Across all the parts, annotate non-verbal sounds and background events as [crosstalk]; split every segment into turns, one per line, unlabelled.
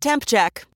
Temp check.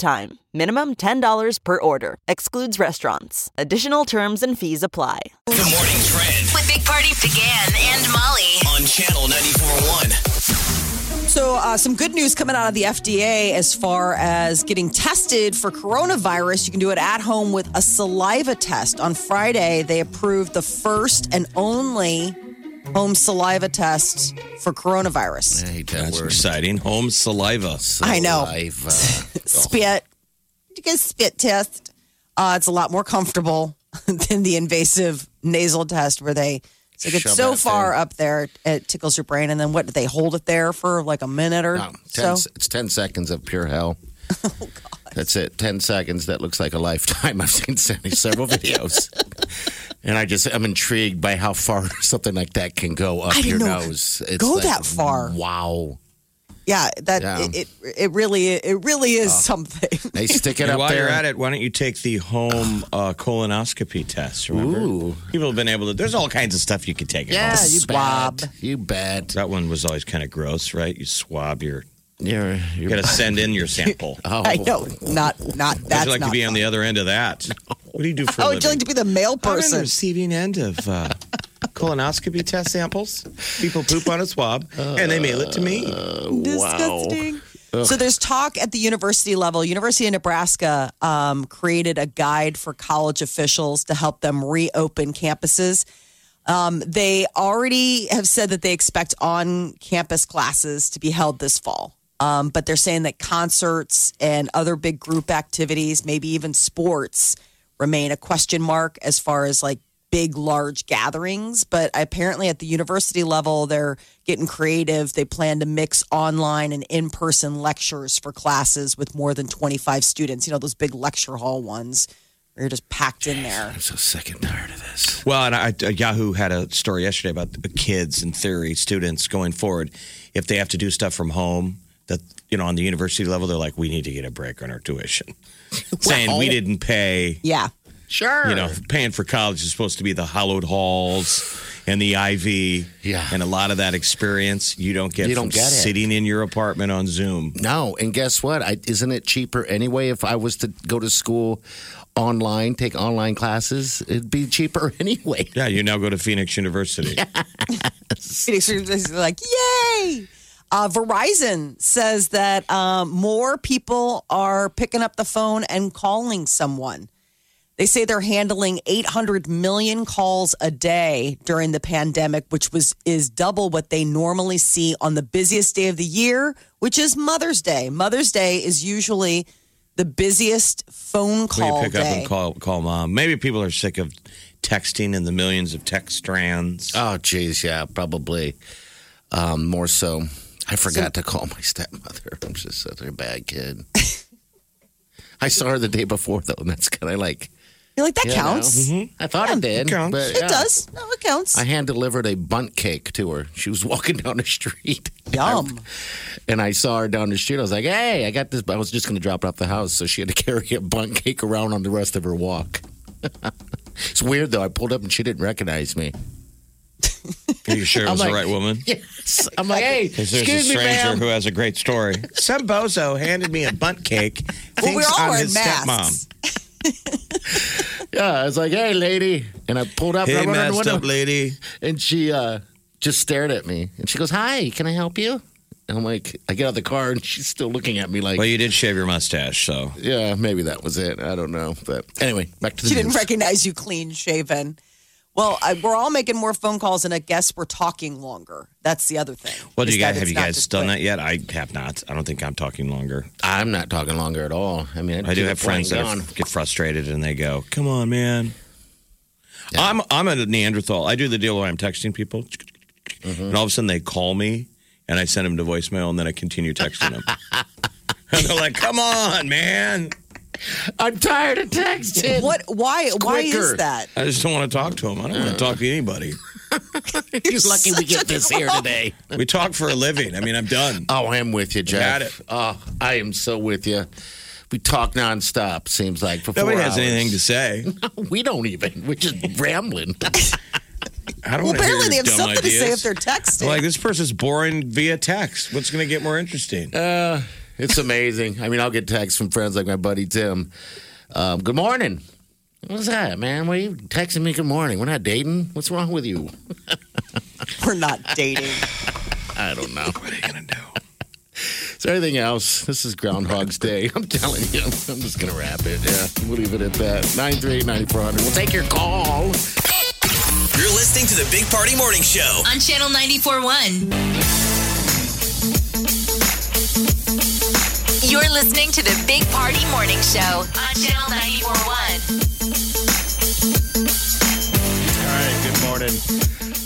time. Minimum $10 per order. Excludes restaurants. Additional terms and fees apply.
The morning trend
with Big Party began and Molly.
on channel 94.1.
So, uh, some good news coming out of the FDA as far as getting tested for coronavirus. You can do it at home with a saliva test. On Friday, they approved the first and only home saliva test for coronavirus.
I hate that
That's
word.
exciting. Home saliva.
I
[laughs]
know.
Saliva.
[laughs] Spit. You guys spit test. Uh, it's a lot more comfortable [laughs] than the invasive nasal test where they. So it gets
Shove
so
that
far up there, it tickles your brain. And then what? do They hold it there for like a minute or
No,
so. Oh,
ten, It's 10 seconds of pure
[laughs]
hell. That's it. 10 seconds. That looks like a lifetime. [laughs] I've seen Sandy
[laughs]
several videos. And I just, I'm intrigued by how far [laughs] something like that can go up
I
your
didn't know it
nose. It's
go
like,
that far.
Wow.
Yeah, that
Yeah. Oh.
It, it it really it really is something.
They stick it
And
up
while
there.
you're at it, why don't you take the home uh, colonoscopy test? Remember,
Ooh.
people have been able to. There's all kinds of stuff you could take. at
Yeah,
home.
you
swab.
bet. You bet.
that one was always kind of gross, right? You swab your.
You're,
You
you're
got to send in
[laughs]
your sample.
oh,
I know, not not
How'd
that's
you like
not.
to be on the other end
[laughs]
of that? What do you do
[laughs]
for? a
How would you like
living?
to be the male
I'm on the
person?
receiving end of uh,
[laughs]
colonoscopy test samples. People poop on a swab, and they mail it to me.
Uh, Disgusting. So there's talk at the university level. University of Nebraska um, created a guide for college officials to help them reopen campuses. Um, they already have said that they expect on-campus classes to be held this fall, um, but they're saying that concerts and other big group activities, maybe even sports, remain a question mark as far as like big, large gatherings. But apparently, at the university level, they're getting creative. They plan to mix online and in person lectures for classes with more than 25 students. You know, those big lecture hall ones where you're just packed in there.
I'm so sick and tired of this.
Well, and I, Yahoo had a story yesterday about the kids in theory, students going forward, if they have to do stuff from home, that you know, on the university level, they're like, we need to get a break on our
[laughs]
tuition, saying we didn't pay.
Yeah.
Sure.
You know, paying for college is supposed to be the hollowed halls and the Ivy,
Yeah.
and a lot of that experience you don't get
You
from
don't get it.
sitting in your apartment on Zoom.
No, and guess what? I, isn't it cheaper anyway? If I was to go to school online, take online classes, it'd be cheaper [laughs] anyway.
Yeah, you now go to Phoenix University.
[laughs] Phoenix is like, yay! Uh, Verizon says that um, more people are picking up the phone and calling someone. They say they're handling 800 million calls a day during the pandemic, which was is double what they normally see on the busiest day of the year, which is Mother's Day. Mother's Day is usually the busiest phone
Will you
call
pick
day.
up and call call mom? Maybe people are sick of texting and the millions of text strands.
Oh, geez, yeah, probably um, more so. I forgot to call my stepmother. [laughs] I'm just such a bad [laughs] kid. I saw her the day before, though, and that's kind of like
You're like that
you know,
counts.
I thought it did.
counts.
but,
Mm-hmm. It
yeah.
does. No, it counts.
I hand delivered a bunt cake to her. She was [laughs] walking down the street. [laughs]
Yum.
And I saw her down the street. I was like, hey, I got this. I was just going to drop it off the house. So she had to [laughs] carry a bunt cake around on the rest of her walk. [laughs] it's weird, though. I pulled up and she didn't recognize me.
Are you sure it
[laughs] I'm
was
like-
the right woman?
Yes. I'm like, hey,
Because there's
excuse
a
me,
stranger
ma'am.
who has a
[laughs]
great story. Some bozo handed me a bunt [laughs] cake.
well, we're
thinks
all
I'm
wearing
his
masks.
stepmom.
[laughs] yeah, I was like, hey, lady. And I pulled up
Hey,
and I went
messed
under the
up
window.
lady.
And she uh, just stared at me. And she goes, hi, can I help you? And I'm like, I get out of the car and she's still looking at me like,
Well, you did shave your mustache, so
yeah, maybe that was it. I don't know. But anyway, back to the
She didn't
news.
recognize you clean shaven. Well, I, we're all making more phone calls, and I guess we're talking longer. That's the other thing.
well, do
is
you guys
that
have
it's
you
not
guys
just
done
quick.
that yet? I have not. I don't think I'm talking longer.
I'm not talking [laughs] longer at all. I mean,
I do have friends that
on.
are, get frustrated and they go, "Come on, man." I'm I'm a Neanderthal. I do the deal where I'm texting people,
Mm-hmm.
and all of a sudden they call me, and I send them to voicemail, and then I continue texting them. [laughs] And they're like, come on, man.
I'm tired of texting.
What? Why? Why
quicker.
is that?
I just don't want to talk to him. I don't want to talk to
[laughs]
anybody.
He's lucky we
[laughs]
get [laughs] this here today.
We talk for a living. I mean, I'm done.
[laughs] Oh, I am with you, Jeff.
Got it.
Oh, I am so with you. We talk nonstop. Seems like for
Nobody
four
has
hours.
anything
[laughs]
to say.
We don't even. We're just rambling.
I don't
Well,
want to hear
apparently
your
they have
dumb
something to say
ideas.
if they're texting.
I'm like this person's boring via text. What's going to get more interesting?
Uh, It's amazing. I mean, I'll get texts from friends like my buddy Tim. Um, good morning. What's that, man? What are you texting me? Good morning. We're not dating. What's wrong with you?
[laughs] We're not dating.
[laughs] I don't know.
what are you going to do?
Is there anything else? This is Groundhog's Day. I'm telling you. I'm just going to wrap it. Yeah. We'll leave it at that. 938 9400. We'll take your call.
You're listening to the Big Party Morning Show.
on Channel 94.1. You're listening to the Big Party Morning Show on Channel 94.1.
All right. Good morning.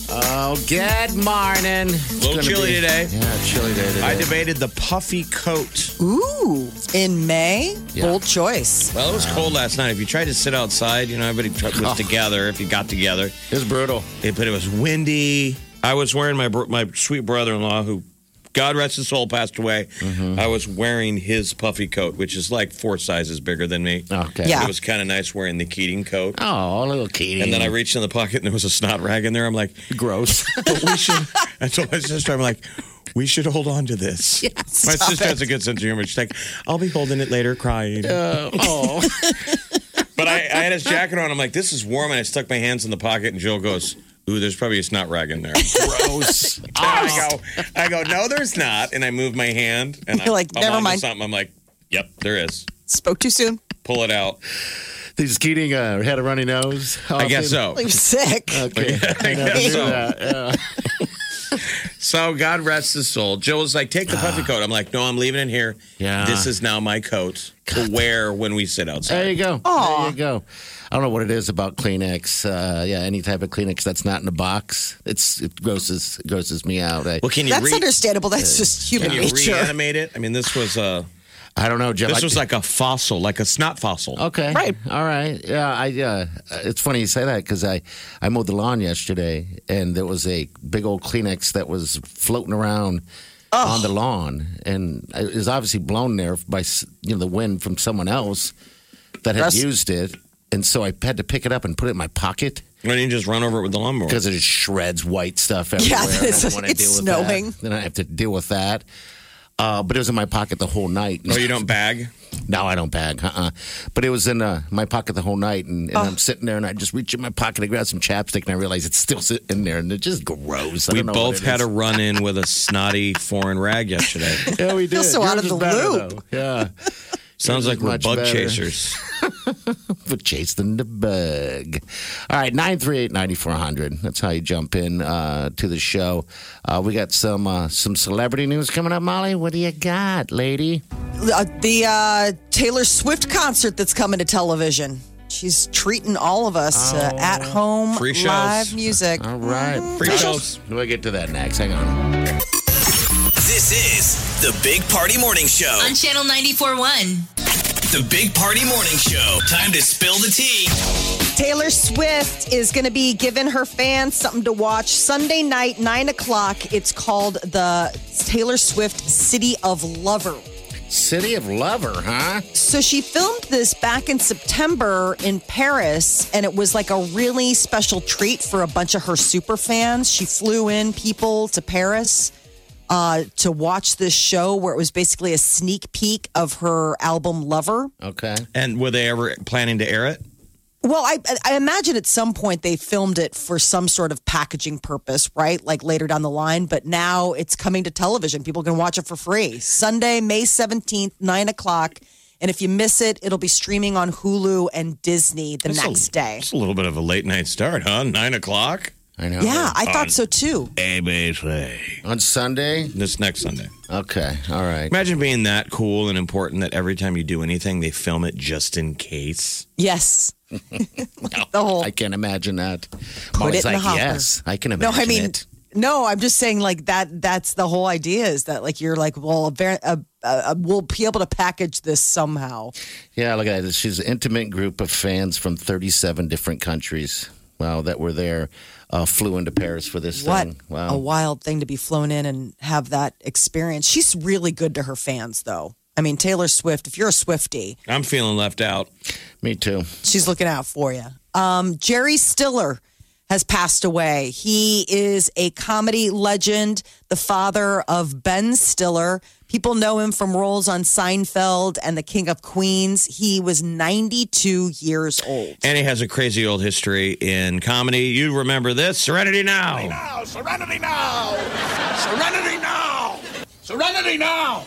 Oh, good morning. It's
Little
gonna
chilly
be-
today.
Yeah, chilly day today.
I debated the puffy coat.
Ooh, in May,
Yeah.
bold choice.
Well, it was cold last night. If you tried to sit outside, you know, everybody tried- was together. If you got together,
it's Oh. brutal.
it, but it was windy. I was wearing my bro- my sweet brother in law, who, God rest his soul, passed away.
Mm-hmm.
I was wearing his puffy coat, which is like four sizes bigger than me.
Okay.
Yeah.
It was kind of nice wearing the Keating coat.
Oh, little Katie.
And then I reached in the pocket and there was a snot rag in there. I'm like,
gross.
but
[laughs]
we
[laughs]
should. I told my [laughs] sister, I'm like, we should hold on to this. my sister has a good sense of humor. She's like, I'll be holding it later, crying.
oh.
[laughs] But I, I had his jacket on. I'm like, this is warm. And I stuck my hands in the pocket, and Jill goes, Ooh, there's probably a snot rag
[laughs]
in there. And
gross.
I go, I go, no, there's not. And I move my hand, and
You're
I,
like,
I'm
never
onto
mind.
Something. I'm like, yep, there is.
Spoke too soon.
Pull it out.
He's Keating uh, had a runny [laughs] nose.
I [laughs] guess so.
He was sick. [laughs]
Okay. [laughs] I never
guess
knew
so.
that. Yeah.
[laughs] So God rest his soul. Jill was like, take the puffy coat. I'm like, no, I'm leaving it here.
Ah. Yeah.
This is now my coat to wear when we sit outside.
There you go. There you go. I don't know what it is about Kleenex. Uh, yeah, any type of Kleenex that's not in a box, it's it grosses grosses me out. I,
Well, can you
That's
re-
understandable. That's just human
can you
nature.
reanimate it? I mean, this was uh
I don't know, Jeff.
this
I-
was like a fossil, like a snot fossil.
Okay. Right. All right. Yeah. I. Uh, it's funny you say that because I I mowed the lawn yesterday and there was a big old Kleenex that was floating around on the lawn and it was obviously blown there by s- you know the wind from someone else that had
That's-
used it and so I had to pick it up and put it in my pocket
Why didn't you just run over it with the lawnmower?
because it just shreds white stuff everywhere.
Yeah,
I don't
[laughs] it's-
wanna
it's
deal with
snowing.
that. Then I have to deal with that. Uh, but it was in my pocket the whole night.
Oh, you don't bag?
No, I don't bag. Uh-uh. But it was in uh, my pocket the whole night, and, and
Oh.
I'm sitting there, and I just reach in my pocket to grab some chapstick, and I realize it's still sit- in there, and it's just gross. I
We
don't know
both
what it
had a
is.
run in with a snotty foreign rag yesterday.
yeah, we did.
Feels so out of
Yours is
the
better,
loop.
though. Yeah,
Sounds
Yours
like
is
we're
much
bug
better. [laughs]
chasers.
for chasing the bug. All right, nine three eight ninety four hundred. That's how you jump in uh, to the show. Uh, we got some uh, some celebrity news coming up, Molly. What do you got, lady?
Uh, the uh, Taylor Swift concert that's coming to television. She's treating all of us to at home
Oh. Free shows.
live music. Mm-hmm.
All right,
Free shows.
We'll get to that next. Hang on.
This is the Big Party Morning Show.
On Channel 94.1.
The Big Party Morning Show. Time to spill the tea.
Taylor Swift is going to be giving her fans something to watch Sunday night, 9 o'clock. It's called the Taylor Swift City of Lover.
City of Lover, huh?
So she filmed this back in September in Paris, and it was like a really special treat for a bunch of her super fans. She flew in people to Paris uh, to watch this show where it was basically a sneak peek of her album Lover.
[laughs] Okay.
And were they ever planning to air it?
Well, I, I imagine at some point they filmed it for some sort of packaging purpose, right? Like later down the line, but now it's coming to television. People can watch it for free. Sunday, May 17th, 9 o'clock. And if you miss it, it'll be streaming on Hulu and Disney the
That's a-
next day.
It's a little bit of a late night start, huh? Nine o'clock?
I know.
Yeah, I thought so too.
ABC.
On Sunday?
This next Sunday.
Okay. All right.
Imagine being that cool and important that every time you do anything, they film it just in
[laughs]
case.
Yes. the whole.
I can't imagine that. Molly's
it
Oh,
in
like,
the hopper.
yes, I can
No,
imagine
I mean,
it.
no, I'm just saying like that that's the whole idea is that like you're like well a, ver- a, uh, we'll be able to package this somehow.
Yeah, look at that. She's an intimate group of fans from 37 different countries. Wow, that were there, uh, flew into Paris for this
What
thing. Wow. [laughs]
a wild thing to be flown in and have that experience. She's really good to her fans, though. I mean, Taylor Swift, if you're a Swifty,
I'm feeling left out.
Me too.
she's looking out for you. Um, Jerry Stiller has passed away. He is a comedy legend, the father of Ben Stiller. People know him from roles on Seinfeld and The King of Queens. He was 92 years old.
And he has a crazy old history in comedy. You remember this? Serenity Now.
now! Serenity now! Serenity now! Serenity now!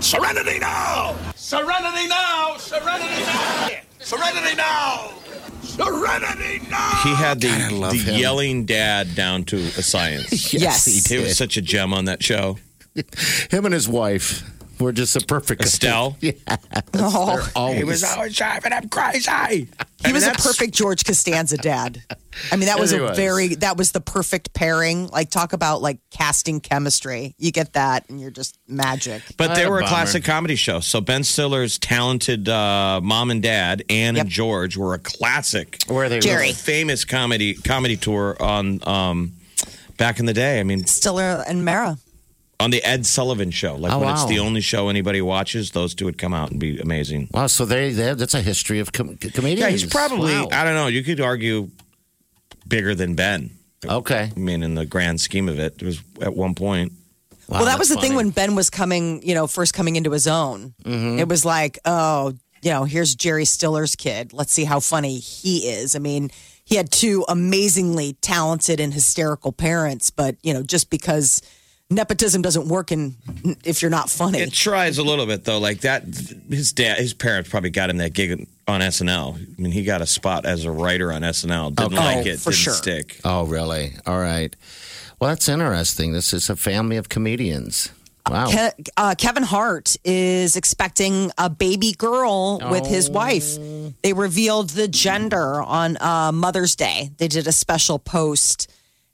Serenity now! Serenity now! Serenity now! Serenity now! Serenity now!
He had the,
God, I love
the
him.
yelling dad down to a
[laughs]
science.
Yes.
It was such a gem on that show.
Him and his wife were just a perfect [laughs]
Estelle.
Oh,
Always.
He was always driving up crazy.
he was a perfect George Costanza dad. I mean, that was
Yes,
a
he was.
very that was the perfect pairing. Like talk about like casting chemistry. You get that, and you're just magic.
But they
What a
were a
bummer.
classic comedy show. So Ben Stiller's talented uh, mom and dad, Anne and
Yep.
George, were a classic.
Where they
Jerry.
famous comedy comedy tour on um, back in the day. I mean,
Stiller and Mara.
on the Ed Sullivan show. Like
Oh,
when it's
wow.
the only show anybody watches, those two would come out and be amazing.
Wow, so they, they that's a history of com- comedians.
Yeah, he's probably
Wow.
I don't know. You could argue bigger than Ben.
Okay.
I mean, in the grand scheme of it, it was at one point.
Wow,
well, that was the
that's
thing
funny. Mm-hmm.
when Ben was coming, you know, first coming into his own. It was like, oh, you know, here's Jerry Stiller's kid. Let's see how funny he is. I mean, he had two amazingly talented and hysterical parents, but you know, just because nepotism doesn't work in if you're not funny.
It tries a little bit though. Like that, his dad, his parents probably got him that gig on SNL. I mean, he got a spot as a writer on SNL. Didn't
Okay.
like
Oh,
it.
for
didn't
sure.
stick.
Oh, really? All right. Well, that's interesting. This is a family of comedians. Wow.
Ke- uh, Kevin Hart is expecting a baby girl with
Oh.
his wife. They revealed the gender on uh, Mother's Day. They did a special post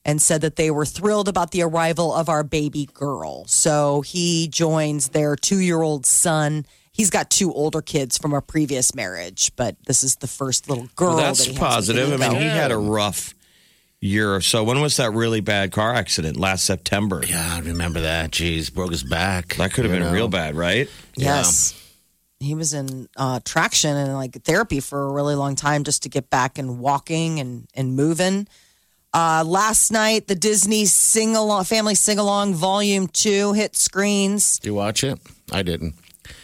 and said that they were thrilled about the arrival of our baby girl. So he joins their two year old son. He's got two older kids from a previous marriage, but this is the first little girl.
Well, that's
that he has with
positive. I
Hugo.
mean, he had a rough year or so. When was that really bad car accident? Last September.
yeah, I remember that. Jeez, broke his back.
That could have
You
been
know?
real bad, right?
Yes. He was in uh, traction and like therapy for a really long time just to get back and walking and, and moving. Uh, last night, the Disney sing along, family sing along volume two hit screens.
Did you watch it? I didn't.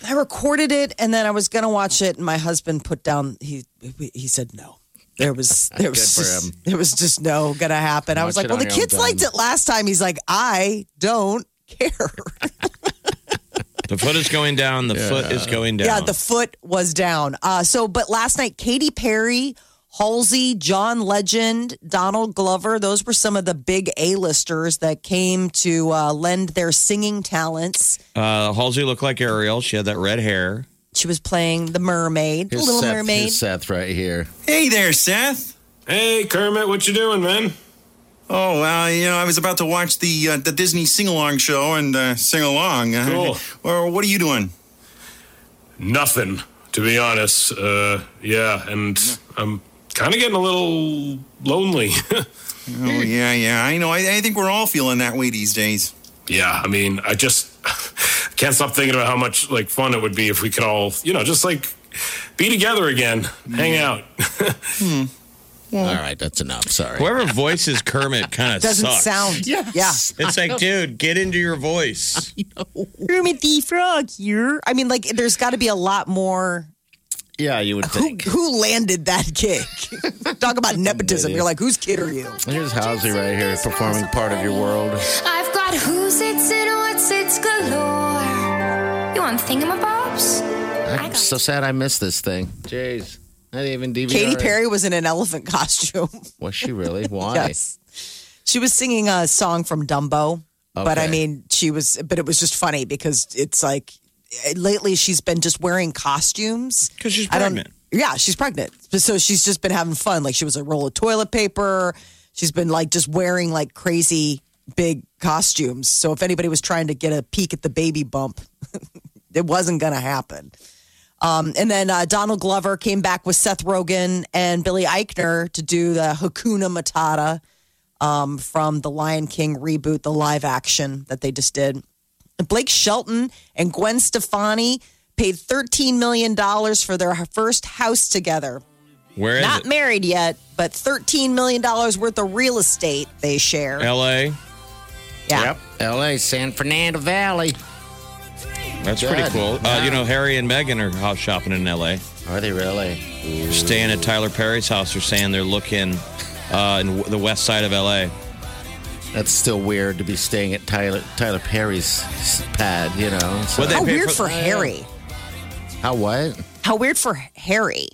I recorded it and then I was going to watch it, and my husband put down, he, he said no. There was there was
Good for
just,
him.
there was just no gonna happen. I was
Watch
like,
it
well, the
on your own
kids liked
time.
it last time. He's like, I don't care.
The foot is going down. The foot is going down.
Yeah, the foot was down. Uh, so, but last night, Katy Perry, Halsey, John Legend, Donald Glover, those were some of the big A-listers that came to uh, lend their singing talents.
uh, Halsey looked like Ariel. She had that red hair.
She was playing the mermaid, the
Here's
little
Seth,
mermaid.
Here's Seth right here.
Hey there, Seth.
Hey Kermit, what you doing, man?
Oh, uh, you know, I was about to watch the uh, the Disney sing along show and uh, sing along. [laughs]
Cool.
Or what are you doing?
Nothing, to be honest. Uh, yeah, and I'm kind of getting a little lonely. [laughs]
Oh yeah, yeah. I know. I, I think we're all feeling that way these days.
yeah, I mean, I just [laughs] can't stop thinking about how much like fun it would be if we could all, you know, just like be together again, hang out.
All right, that's enough. Sorry.
Whoever voices Kermit kind of
Doesn't
sucks.
sound. Yeah.
Yes.
It's like, dude, get into
[laughs]
your voice.
Kermit the Frog here. I mean, like, there's got to be a lot more.
Yeah, you would
Who,
think.
who landed that [laughs] gig? Talk about nepotism. You're like, whose kid are you?
Here's Halsey right here performing part of your world.
I've got who's it's and what's it's galore. You want thingamabobs?
I'm so sad I missed this thing. Jeez. Not even DVR.
Katy
it.
Perry was in an elephant [laughs] costume.
Was she
[laughs]
really? Why?
Yes. She was singing a song from Dumbo, but I
Okay.
mean, she was, but it was just funny because it's like eh, lately she's been just wearing costumes.
'Cause she's
I don't-
pregnant.
yeah, she's pregnant. But So she's just been having fun. Like she was a roll of toilet paper. She's been like just wearing like crazy big costumes. So if anybody was trying to get a peek at the baby bump, [laughs] it wasn't going to happen. Um, and then uh, Donald Glover came back with Seth Rogen and Billy Eichner to do the Hakuna Matata um, from the Lion King reboot, the live action that they just did. Blake Shelton and Gwen Stefani paid $13 million for their first house together.
Where is
Not
it?
married yet, but $13 million worth of real estate they share.
L.A.
Yeah.
Yep. LA, San Fernando Valley.
That's pretty
Good.
cool. Uh, you know, Harry and Meghan are house shopping in L.A.
Are they really?
They're staying at Tyler Perry's house. They're saying they're looking uh, in w- the west side of L.A.
That's still weird to be staying at Tyler Tyler Perry's pad, you know. So,
Well, they-
How
pay
weird for,
for-
Harry.
how what?
How weird for Harry.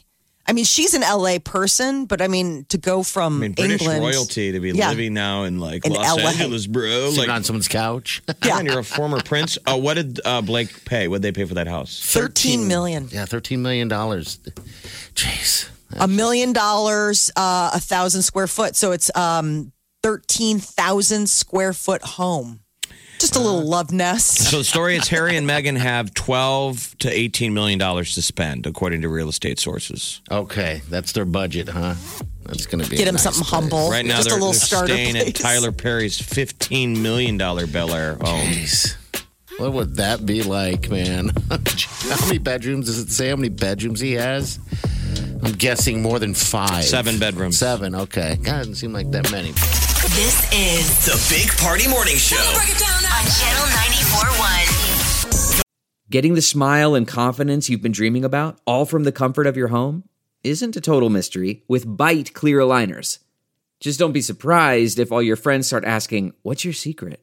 I mean, she's an LA person, but I mean, to go
I
from
mean, British
England.
royalty to be
Yeah.
living now in like
In
Los
LA.
Angeles, bro.
Sitting on
Like,
someone's
[laughs]
couch?
yeah. you're a former prince. Uh, what did uh, Blake pay? What did they pay for that house?
13 million.
yeah, $13 million. Jeez.
A million dollars, uh, a thousand square foot. So it's um, 13,000 square foot home. Just a little love nest.
So the story is Harry and Meghan have 12 to 18 million dollars to spend, according to real estate sources.
Okay, that's their budget, huh? That's going to be
Get
a
him
nice
something
place.
humble.
Right now,
Just
they're,
a little
they're
starter
staying at
place.
Tyler Perry's 15 million dollar Bel Air home.
Jeez. What would that be like, man? [laughs] how many bedrooms does it say? How many bedrooms he has? I'm guessing more than five.
Seven bedrooms.
Seven. Okay. God, doesn't seem like that many.
This is
The Big Party Morning Show.
on Channel 94.1.
Getting the smile and confidence you've been dreaming about, all from the comfort of your home, isn't a total mystery with bite clear aligners. Just don't be surprised if all your friends start asking, What's your secret?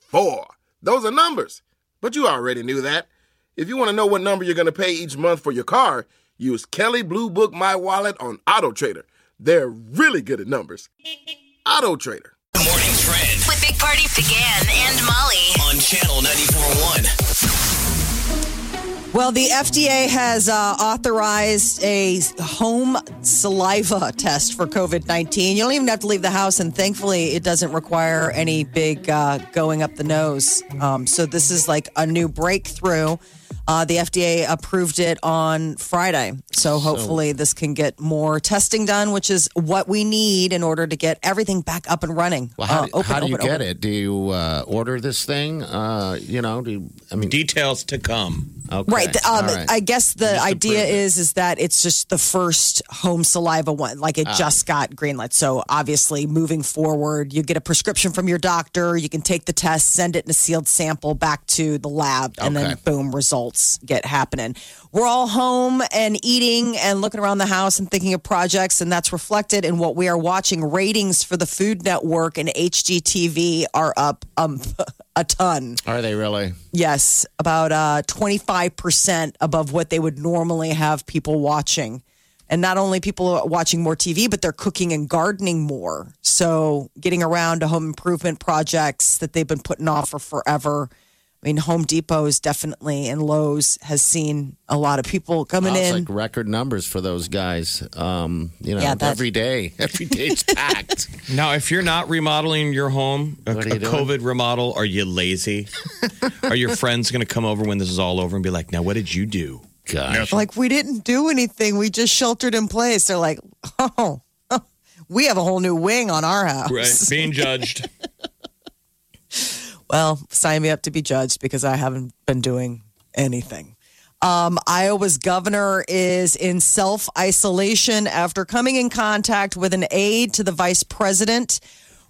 four. Those are numbers. But you already knew that. If you want to know what number you're going to pay each month for your car, use Kelly Blue Book My Wallet on Auto Trader. They're really good at numbers. Auto Trader.
The morning trend
With Big Party began and Molly.
on Channel 94.1.
Well, the FDA has uh, authorized a home saliva [laughs] test for COVID 19. You don't even have to leave the house, and thankfully, it doesn't require any big uh, going up the nose. Um, so, this is like a new breakthrough. Uh, the FDA approved it on Friday. So, hopefully, this can get more testing done, which is what we need in order to get everything back up and running.
Well, how, do,
Uh,
how do you get it? Do you uh, order this thing? Uh, you know, do you, I mean,
Details to come.
okay.
Right. the- Um,
All right.
I guess the
Just to
idea
prove it.
is is that it's just the first home saliva one. Like
Ah.
it just got greenlit. So obviously, moving forward, you get a prescription from your doctor. You can take the test, send it in a sealed sample back to the lab, and then boom, results get happening. We're all home and eating and looking around the house and thinking of projects, and that's reflected in what we are watching. Ratings for the Food Network and HGTV are up um, [laughs] a ton.
Are they really?
Yes, about uh, 25% above what they would normally have people watching. And not only people are watching more TV, but they're cooking and gardening more. So getting around to home improvement projects that they've been putting off for forever. I mean, Home Depot is definitely, and Lowe's has seen a lot of people coming
Wow, it's
in.
like record numbers for those guys. Um, you know,
Yeah, that-
every day, [laughs] every day's
[laughs]
packed.
Now, if you're not remodeling your home, a,
What are you
a
doing?
COVID remodel, are
[laughs]
you lazy? are your friends going to come over when this is all over and be like, now what did you do?
Gosh,
like we didn't do anything we just sheltered in place they're like oh [laughs] we have a whole new wing on our house [laughs]
Being judged.
well, sign me up to be judged because I haven't been doing anything. Um, Iowa's governor is in self isolation after coming in contact with an aide to the vice president.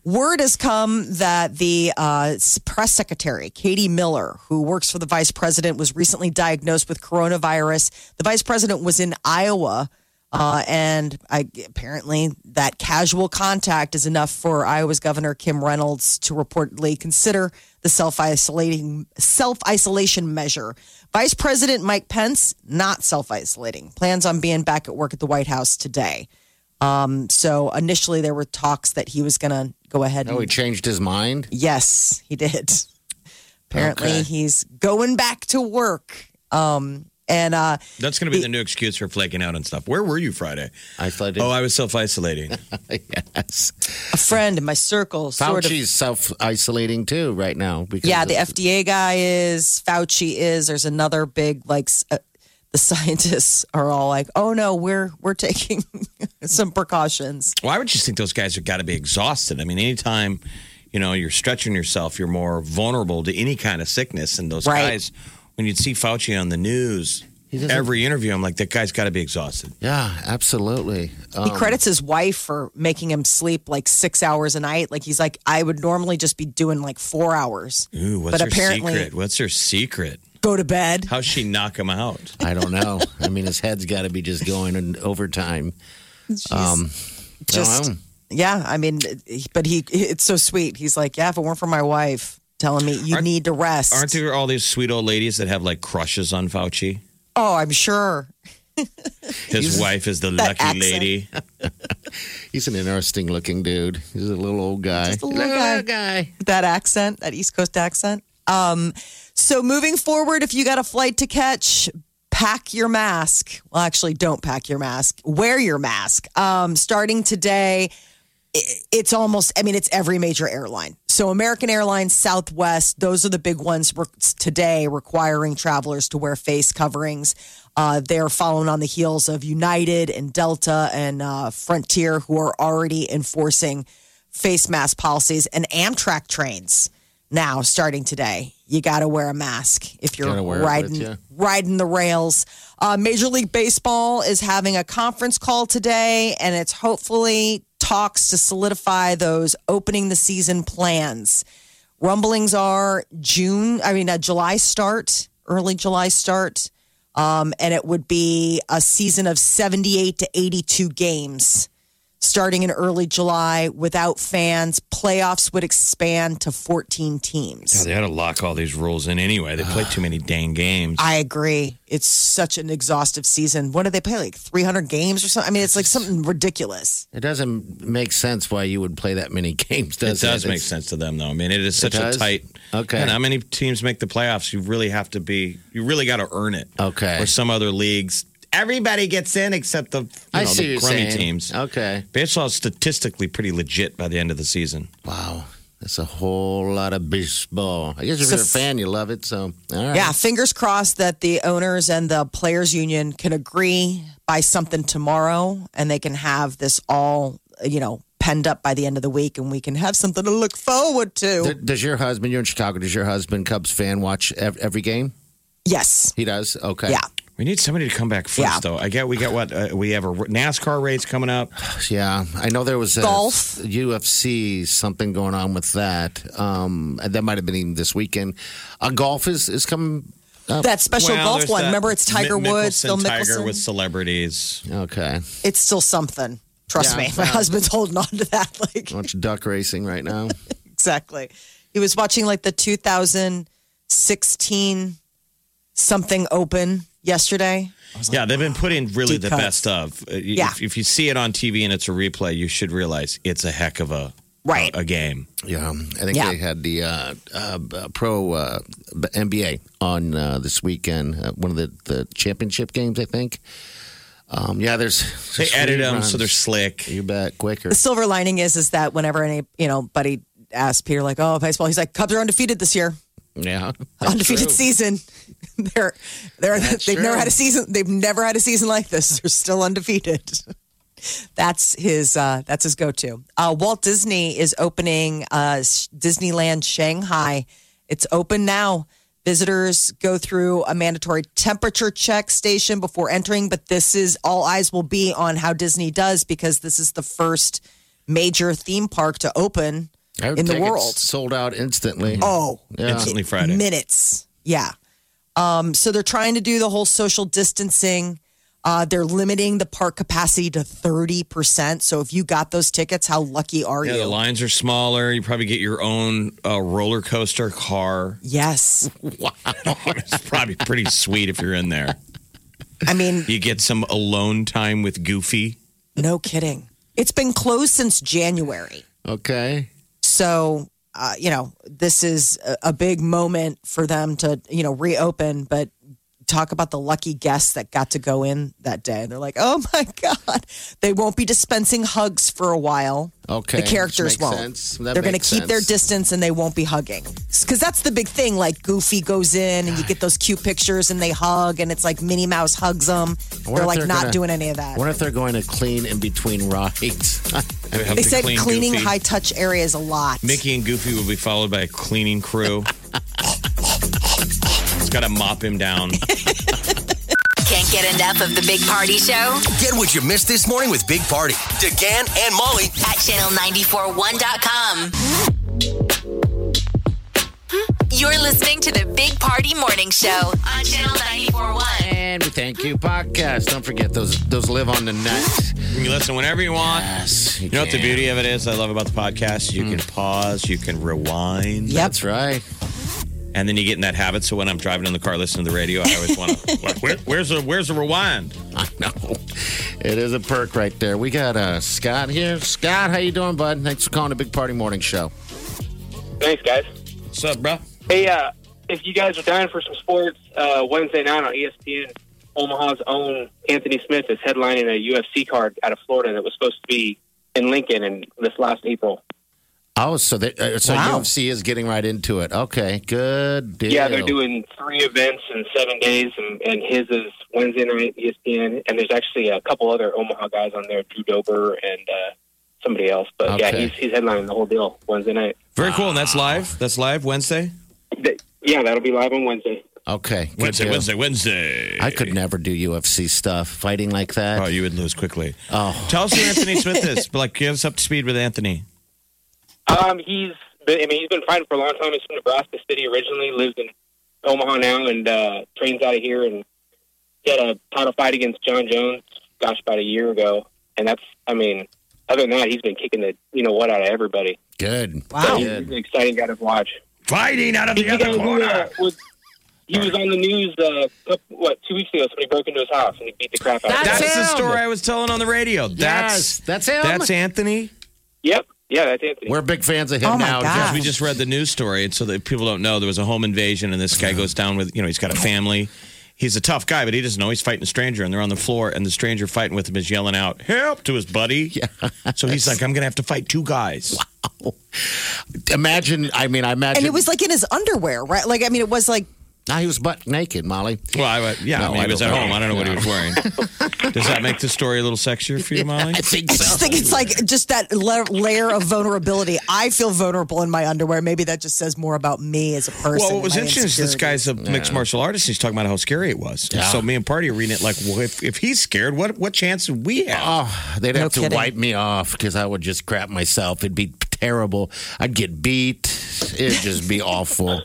Word has come that the uh, press secretary, Katie Miller, who works for the vice president, was recently diagnosed with coronavirus. The vice president was in Iowa. Uh, and I, apparently, that casual contact is enough for Iowa's Governor Kim Reynolds to reportedly consider the self isolating self isolation measure. Vice President Mike Pence not self isolating. Plans on being back at work at the White House today. Um, so initially there were talks that he was going to go ahead.
Oh, he changed his mind?
Yes, he did. Apparently
Okay.
he's going back to work. Um, and uh,
That's going to be the new excuse for flaking out and stuff. Where were you Friday? Isolated. Oh, I was
[laughs]
self isolating. yes.
a friend in my circle sort of
Fauci's self isolating too right now. Because
yeah,
of-
the FDA guy is, Fauci is. There's another big like s- uh, the [laughs] scientists are all like, "Oh no, we're we're taking [laughs] some precautions."
Well, I would just think those guys have got to be exhausted. I mean, anytime you know you're stretching yourself, you're more vulnerable to any kind of sickness. And those
Right.
guys, when you'd see Fauci on the news,
doesn't-
every interview, I'm like, that guy's got to be exhausted.
Yeah, absolutely.
He
Um,
credits his wife for making him sleep like six hours a night. Like he's like, "I would normally just be doing like four hours,
Ooh, what's
but
her
apparently
secret? What's her secret?
go to bed."
How's she knock him out?
I don't know. I mean, his head's got to be just going in overtime. Um,
Oh,
I don't
Just
know.
yeah, I mean, but he it's so sweet. He's like, "Yeah, if it weren't for my wife telling me you need to rest,
Aren't there all these sweet old ladies that have like crushes on Fauci?
oh, I'm sure."
His wife is the
that
lucky
accent.
lady.
he's an interesting looking dude. He's a little old guy.
the little guy, With that accent, that East Coast accent. Um, so moving forward, if you got a flight to catch, pack your mask. Well, actually, don't pack your mask. Wear your mask. Um, starting today, i- it's almost. I mean, it's every major airline. So American Airlines, Southwest, those are the big ones re- today requiring travelers to wear face coverings. Uh, they're following on the heels of United and Delta and uh, Frontier, who are already enforcing face mask policies and Amtrak trains now starting today. You got to wear a mask if you're
Gotta wear it
riding
with you.
riding the rails. Uh, Major League Baseball is having a conference call today, and it's hopefully talks to solidify those opening the season plans. Rumblings are June, I mean, a July start, early July start. Um, and it would be a season of 78 to 82 games starting in early July without fans. Playoffs would expand to 14 teams.
God, they had to lock all these rules in anyway. They play too many dang games.
I agree. It's such an exhaustive season. What do they play? Like 300 games or something? I mean, it's like something ridiculous.
It doesn't make sense why you would play that many [laughs] games,
It
does it?
does make
It's-
sense to them, though. I mean, it is
It
such a
does?
tight.
Okay.
And how many teams make the playoffs? You really have to be. You really got to earn it.
Okay.
Or some other leagues, everybody gets in except the you
I
know,
see
the
what you're
crummy
saying.
teams.
Okay.
Baseball is statistically pretty legit by the end of the season.
Wow. That's a whole lot of baseball. I guess if
So
you're a fan, you love it. So, all right.
Yeah, fingers crossed that the owners and the players union can agree by something tomorrow and they can have this all, you know, penned up by the end of the week and we can have something to look forward to.
Th- Does your husband, you're in Chicago, does your husband, Cubs fan, watch ev- every game?
yes.
He does? Okay.
Yeah.
We need somebody to come back first,
Yeah.
though. I get we got what uh, we have a r- NASCAR race coming up.
Yeah. I know there was a
Golf.
UFC, something going on with that. Um, that might have been even this weekend. Uh, golf is, is coming.
That special
Well,
golf
there's
one.
that
Remember, it's Tiger
Mi-
Woods, Phil
Mickelson,
Mickelson.
Tiger with celebrities.
[laughs]
Okay.
it's still something. Trust
Yeah,
me. My
yeah.
husband's [laughs] holding on to that. Like,
Watch duck racing right now.
exactly. He was watching like the 2016 something open yesterday.
Yeah, they've been putting really
Deep
the
cuts.
best of. Uh, y-
Yeah.
If, if you see it on TV and it's a replay, you should realize it's a heck of a
Right.
a, a game.
Yeah, I think
Yeah.
they had the uh, uh, b- pro uh, b- NBA on uh, this weekend, uh, one of the, the championship games, I think. Um, yeah, there's
They
there's
edit them
reruns.
so they're slick.
you bet quicker.
The silver lining is is that whenever any you know buddy asked Peter like, "Oh, baseball," he's like, "Cubs are undefeated this year,
Yeah,
[laughs] undefeated season. [laughs] they're they're
That's
they've never
true.
had a season. They've never had a season like this. [laughs] They're still undefeated." [laughs] That's his. Uh, that's his go-to. Uh, Walt Disney is opening uh, Sh- Disneyland Shanghai. It's open now. Visitors go through a mandatory temperature check station before entering, but this is all eyes will be on how Disney does because this is the first major theme park to open
I would
in the
think it's
world.
sold out instantly.
Oh,
yeah.
Instantly Friday.
minutes. Yeah. Um, so they're trying to do the whole social distancing. Uh, they're limiting the park capacity to 30%. So if you got those tickets, how lucky are
Yeah,
you?
the lines are smaller. You probably get your own uh, roller coaster car.
Yes.
[laughs] Wow. it's probably pretty sweet if you're in there.
I mean,
you get some alone time with
[laughs]
Goofy.
No kidding. It's been closed since January.
Okay.
So, uh, you know, this is a, a big moment for them to, you know, reopen, but talk about the lucky guests that got to go in that day. They're like, oh [laughs] my God, they won't be dispensing hugs for a while.
Okay,
The characters
which makes
won't.
sense. That
They're going to
makes
keep their
sense.
distance and they won't be hugging. Because that's the big thing. Like, Goofy goes in and you get those cute pictures and they hug, and it's like Minnie Mouse hugs them.
I wonder
They're
if
like not
gonna-
doing any of that.
I wonder if they're going to clean in between rides. [laughs] they
They said cleaning high touch areas a lot.
Mickey and Goofy will be followed by a cleaning
[laughs]
crew. it's got to mop him down.
Can't get enough of the Big Party Show
Get what you missed this morning with Big Party, DeGan and Molly.
at channel941.com. You're listening to the Big Party Morning Show on channel 941.
And we thank you, podcast. Don't forget those those live on the net.
You can listen whenever you want.
Yes,
you know what the beauty of it is I love about the podcast? You can pause, you can rewind.
That's right.
And then you get in that habit. So when I'm driving in the car listening to the radio, I always want to, like, where, where's, the, where's the rewind?
I know. It is a perk right there. We got uh, Scott here. Scott, how you doing, bud? Thanks for calling the Big Party Morning Show.
Thanks, guys.
What's up, bro?
Hey, uh, if you guys are dying for some sports, uh, Wednesday night on ESPN, Omaha's own Anthony Smith is headlining a UFC card out of Florida that was supposed to be in Lincoln in this last April.
Oh, so they, uh, so
Wow.
UFC is getting right into it. Okay, good deal.
Yeah, they're doing three events in seven days, and, and his is Wednesday night E ESPN. And there's actually a couple other Omaha guys on there, Drew Dober and uh, somebody else. But yeah,
Okay.
he's, he's headlining the whole deal Wednesday night.
Very cool. And that's live. That's live Wednesday.
Th- yeah, that'll be live on Wednesday.
Okay, good
Wednesday,
deal.
Wednesday, Wednesday.
I could never do UFC stuff, fighting like that. Oh,
you would lose quickly.
Oh,
Tell us who Anthony Smith is. But like, give us up to speed with Anthony.
Um, he's been, I mean, he's been fighting for a long time. He's from Nebraska City originally, lives in Omaha now, and uh, trains out of here. And he had a title fight against John Jones, gosh, about a year ago. And that's, I mean, other than that, he's been kicking the you know what out of everybody.
Good.
So he's an exciting guy to watch.
Fighting out of the other corner.
He was on the news, uh, couple- what, two weeks ago. Somebody broke into his house and he beat the crap out of him.
That's, the story I was telling on the radio.
Yes,
that's
That's
him.
That's Anthony.
Yep. Yeah, that's Anthony.
We're big fans
Oh
of him now.
Because we just read the news story, and so that people don't know there was a home invasion, and this guy goes down with you know he's got a family. He's a tough guy, but he doesn't know he's fighting a stranger, and they're on the floor, and the stranger fighting with him is yelling out "help" to his buddy. Yeah. So he's like, "I'm gonna have to fight two guys."
Imagine, I mean, I imagine.
and it was like in his underwear, right? Like, I mean, it was like,
Nah, he was butt naked, Molly.
Well, I, yeah, I
No,
mean,
I
he was at
don't know.
home. I don't know what he
No. [laughs]
was wearing. Does that make the story a little sexier for you, Molly? I
think
I just think it's like just that la- layer of vulnerability. I feel vulnerable in my underwear. Maybe that just says more about me as a person.
Well, what was
and my
interesting is this guy's a mixed martial artist. He's talking about how scary it was. And
Yeah.
So me and Party are reading it like, well, if, if he's scared, what what chance do we have?
Oh, they'd have to wipe me off because I would just crap myself. It'd be terrible. I'd get beat. It'd just be
[laughs]
awful.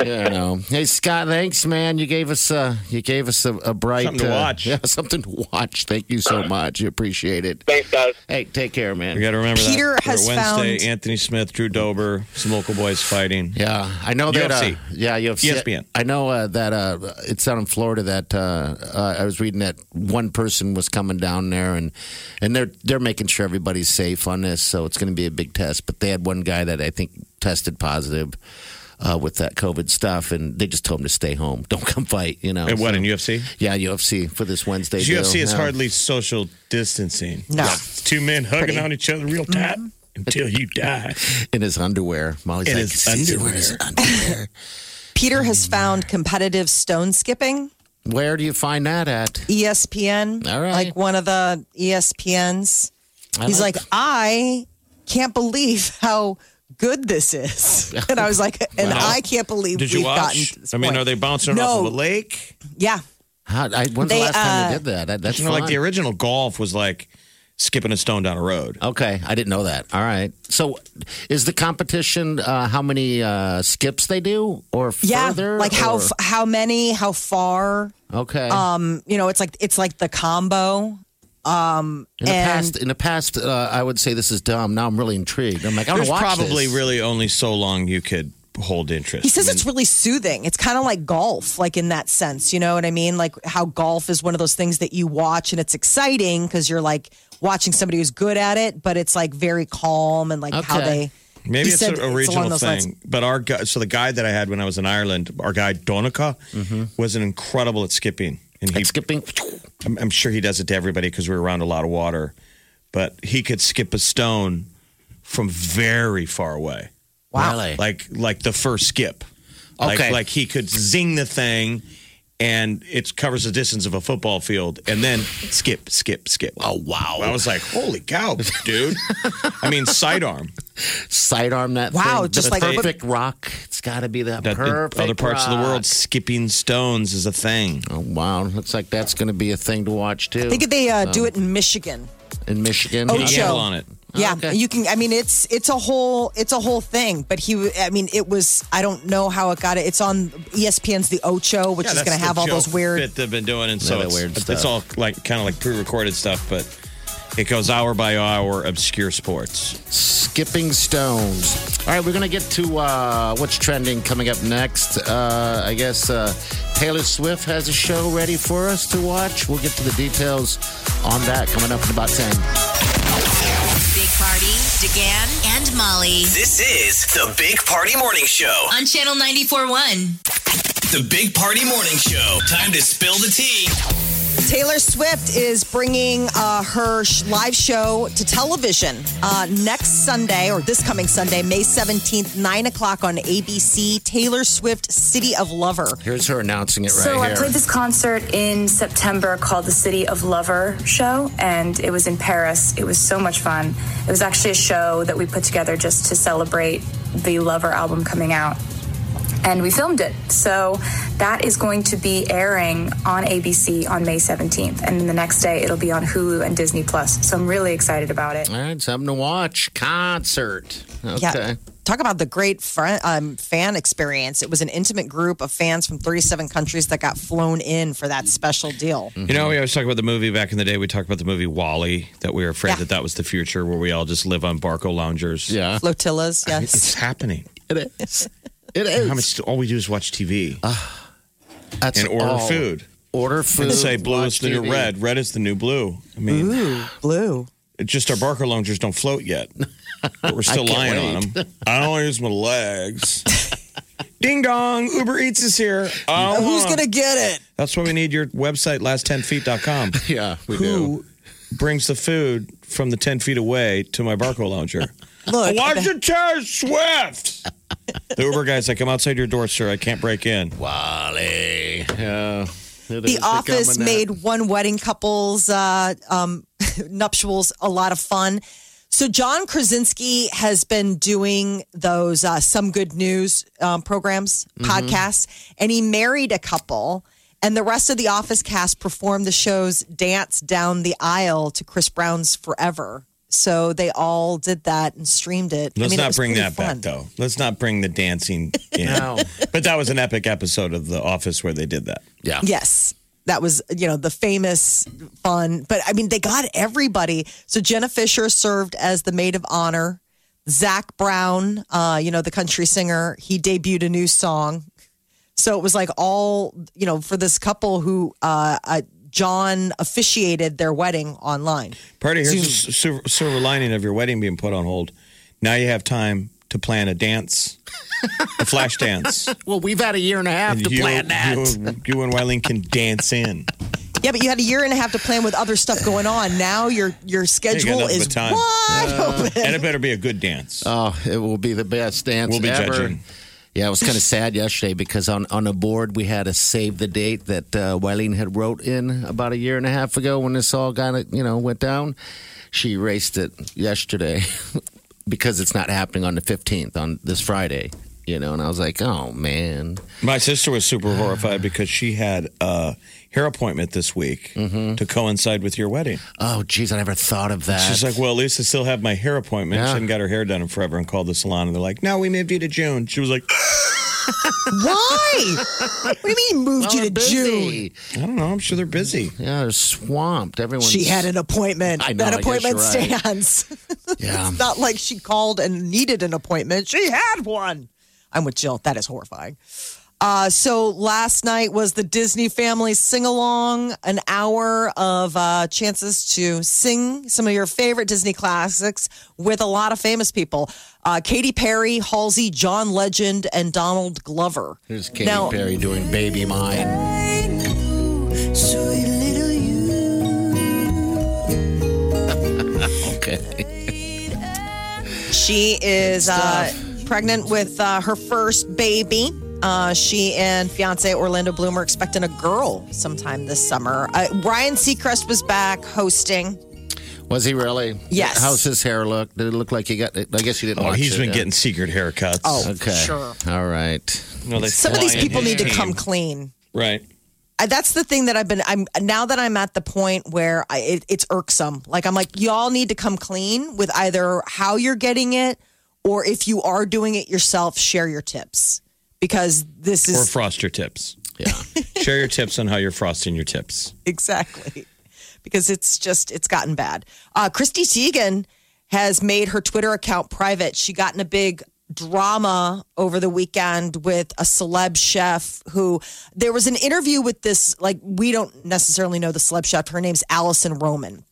You know. Hey Scott, thanks, man. You gave us uh you gave us a, a bright
Something to
uh,
watch.
Yeah, [laughs] something to watch. Thank you so much. Appreciate it.
Thanks, guys.
Hey, take care, man.
You got to remember that.
Peter
We're at
has
Wednesday,
found-
Anthony Smith, Drew Dober, some local boys fighting.
Yeah, I know that.
UFC.
Uh, yeah, UFC.
ESPN.
I know uh, that uh, it's down in Florida. That uh, uh, I was reading that one person was coming down there, and and they're they're making sure everybody's safe on this. So it's going to be a big test. But they had one guy that I think tested positive uh, with that COVID stuff, and they just told him to stay home. Don't come fight. You know.
And what,
So-
in UFC?
Yeah, UFC for this Wednesday. deal.
UFC is
Yeah.
hardly social distancing.
No.
It's two men hugging
Pretty.
on each other real tight
Mm-hmm.
until you
[laughs]
die.
in his underwear. Molly's
In
like,
his
"He's wearing his underwear."
Peter has found competitive stone skipping. E
Where do you find that at?
ESPN,
All right.
like one of the E ESPNs.
I
He's
like
like, I can't believe how good
[laughs]
this is, and I was like, and
Wow.
I can't believe
Did
we've
you
gotten.
watch?
To this
I mean,
point.
are they bouncing
No.
off of a lake?
Yeah.
How, I, when's
They,
the last time
uh,
they did that? that that's
you know, like
fun.
the original golf was like skipping a stone down a road.
Okay, I didn't know that. All right. So, is the competition uh, how many uh, skips they do, or
Yeah,
further?
like how
or-
f- how many, how far?
okay.
Um, you know, it's like it's like the combo. Um,
in the
and
past, in the past, uh, I would say this is dumb. Now I'm really intrigued. I'm like, I want
There's
to watch
probably
this.
really only so long you could hold interest.
he says it's really soothing. It's kind of like golf, like in that sense. You know what I mean? Like how golf is one of those things that you watch and it's exciting because you're like watching somebody who's good at it, but it's like very calm and like how they.
Maybe
he
it's
said
an
along
original
those lines.
thing, but our guy, so the guy that I had when I was in Ireland, our guy Donica, was an incredible at skipping. And he,
Mm-hmm. skipping,
I'm, I'm sure he does it to everybody because we were around a lot of water, but he could skip a stone from very far away.
Wow. Really?
Like like the first skip.
Okay.
Like, like he could zing the thing, and it covers the distance of a football field, and then skip, skip, skip. Oh
wow!
I was like, holy cow,
[laughs]
dude! I mean, sidearm.
Sidearm that
Wow,
thing.
just
the
like-
perfect rock. It's got to be that,
That in
perfect.
other parts of the
rock.
world, skipping stones is a thing.
Oh wow! Looks like that's going to be a thing to watch too.
I think they uh, do
Um,
it Oh, in Michigan.
in Michigan.
Ocho.
Oh,
Yeah, you can. I mean, it's it's a whole it's a whole thing. But he, w- I mean, it was. I don't know how it got it. It's on E ESPN's The Ocho, which
Yeah,
is
that's
going to
the
have all
joke
those weird.
bit they've been doing, and so
Yeah, that
it's,
weird
it's
stuff.
all like kind of like pre-recorded stuff, but it goes hour by hour, obscure sports.
Skipping stones. All right, we're going to get to uh, what's trending coming up next. Uh, I guess uh, Taylor Swift has a show ready for us to watch. We'll get to the details on that coming up in about 10.
Big Party, DeGan, and Molly.
This is the Big Party Morning Show.
On Channel 94.1.
The Big Party Morning Show. Time to spill the tea.
Taylor Swift is bringing uh, her sh- live show to television uh, next Sunday or this coming Sunday, May seventeenth, nine o'clock on ABC. Taylor Swift, City of Lover.
Here's her announcing it right
so
here.
I played this concert in September called the City of Lover show, and it was in Paris. It was so much fun. It was actually a show that we put together just to celebrate the Lover album coming out. And we filmed it. So that is going to be airing on ABC on May 17th. And then the next day it'll be on Hulu and Disney Plus. So I'm really excited about it.
All right, something to watch. Concert. Okay.
Yeah. Talk about the great fr- um, fan experience. It was an intimate group of fans from 37 countries that got flown in for that special deal.
You
Mm-hmm.
know, we always talk about the movie back in the day. We talked about the movie Wally, that we were afraid that that was the future, where we all just live on barco loungers.
Yeah,
flotillas. Yes,
it's
[laughs]
happening.
It is. It
is. How much? All we do is watch TV.
that's
and order
all.
food.
Order
And
food,
say blue is
watch
the new
TV.
red. Red is the new blue. I mean,
blue.
Just our barker loungers don't float yet, but we're still
I can't
lying on
wait.
them. I don't use my legs. Ding dong! Uber Eats is here. Oh,
Uh, Who's gonna
get it?
That's why we need your website, last10feet.com.
yeah, we
Who brings the food from the 10 feet away to my Barco lounger?
Look,
Watch your chair, Swift. the Uber guy's like, I'm outside your door, sir. I can't break in.
Wally. Yeah.
The Office made one wedding couple's uh, um, [laughs] nuptials a lot of fun. So John Krasinski has been doing those uh, some good news um, programs,
Mm-hmm.
podcasts, and he married a couple. And the rest of the Office cast performed the show's "Dance Down the Aisle" to Chris Brown's "Forever." So they all did that and streamed it. I
Let's
mean, it
not
was
bring
pretty
that back,
fun.
though. Let's not bring
[laughs]
the dancing in.
No.
But that was an epic episode of The Office where they did that.
Yeah.
Yes. That was, you know, the famous fun. But I mean, they got everybody. So Jenna Fisher served as the maid of honor. Zach Brown, uh, you know, the country singer, he debuted a new song. So it was like all, you know, for this couple who uh, uh, John officiated their wedding online.
Party, here's
Zoom.
the silver, silver lining of your wedding being put on hold. Now you have time to plan a dance, a
[laughs]
flash dance.
[laughs] Well, we've had a year and a half to
you,
plan that.
You, you and Wileen can dance in.
Yeah, but you had a year and a half to plan with other stuff going on. Now your your
You
schedule
got nothing
is
but time.
wide open.
and it better be a good dance.
Oh, it will be the best dance
We'll be
ever.
judging.
Yeah, it was kind of sad yesterday because on on a board we had a save the date that uh, Wileen had wrote in about a year and a half ago when this all got you know went down. She erased it yesterday [laughs] because it's not happening on the fifteenth on this Friday. You know, and I was like, oh man.
My sister was super horrified because she had uh, hair appointment this week
Mm-hmm.
to coincide with your wedding.
Oh, geez, I never thought of that.
She's like, well, at least I still have my hair appointment.
Yeah.
She hadn't got her hair done in forever and called the salon and they're like, no, we moved you to June. She was like,
[laughs]
Why? What do you mean moved you to June?
I don't know. I'm sure they're busy.
Yeah, they're swamped. Everyone's.
She had an appointment.
I know,
that
I guess
appointment
you're right.
stands. [laughs]
Yeah.
it's not like she called and needed an appointment. She had one. I'm with Jill. That is horrifying. Uh, so last night was the Disney family sing along, an hour of uh, chances to sing some of your favorite Disney classics with a lot of famous people. Uh, Katy Perry, Halsey, John Legend, and Donald Glover.
Here's Katy
Now-
Perry doing Baby Mine.
[laughs]
Sweet little
Okay.
She is uh, pregnant with uh, her first baby. Uh, she and fiance Orlando Bloom are expecting a girl sometime this summer. Uh, Ryan Seacrest was back hosting.
Was he really?
Yes.
How's his hair look? Did it look like he got? I guess you didn't.
Oh,
watch
he's
it,
been
yeah.
getting secret haircuts.
Oh,
Okay.
sure.
All right.
No, they
Some of these
fly in
people
his
need to
team.
come clean.
Right.
I, that's the thing that I've been. I'm now that I'm at the point where I, it, it's irksome. Like I'm like, y'all need to come clean with either how you're getting it, or if you are doing it yourself, share your tips because this
Or
is
frost your tips. Yeah. [laughs] Share your tips on how you're frosting your tips.
[laughs] exactly because it's just it's gotten bad uh, christy teigen has made her twitter account private she got in a big drama over the weekend with a celeb chef who there was an interview with this like we don't necessarily know the celeb chef her name's allison roman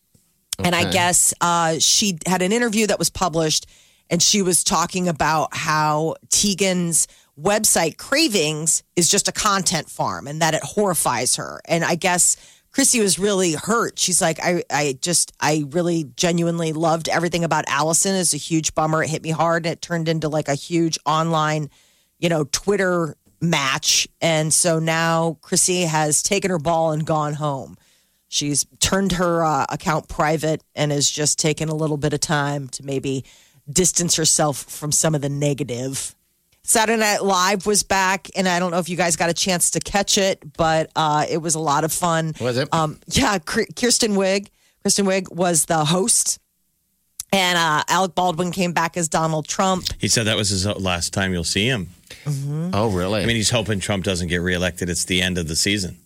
and I
Okay.
guess uh, she had an interview that was published, and she was talking about how Tegan's website Cravings is just a content farm, and that it horrifies her. And I guess Chrissy was really hurt. She's like, I, I just, I really genuinely loved everything about Allison. It's a huge bummer. It hit me hard. It turned into like a huge online you know, Twitter match. And so now Chrissy has taken her ball and gone home. She's turned her uh, account private and is just taking a little bit of time to maybe distance herself from some of the negative. Saturday Night Live was back, and I don't know if you guys got a chance to catch it, but uh, it was a lot of fun. Was it? Um, yeah, Kr- Kirsten Wig. Kristen Wig was the host, and uh, Alec Baldwin came back as Donald Trump.
He said that was his last time you'll see him. Mm-hmm.
Oh, really?
I mean, he's hoping Trump doesn't get reelected. It's the end of the season.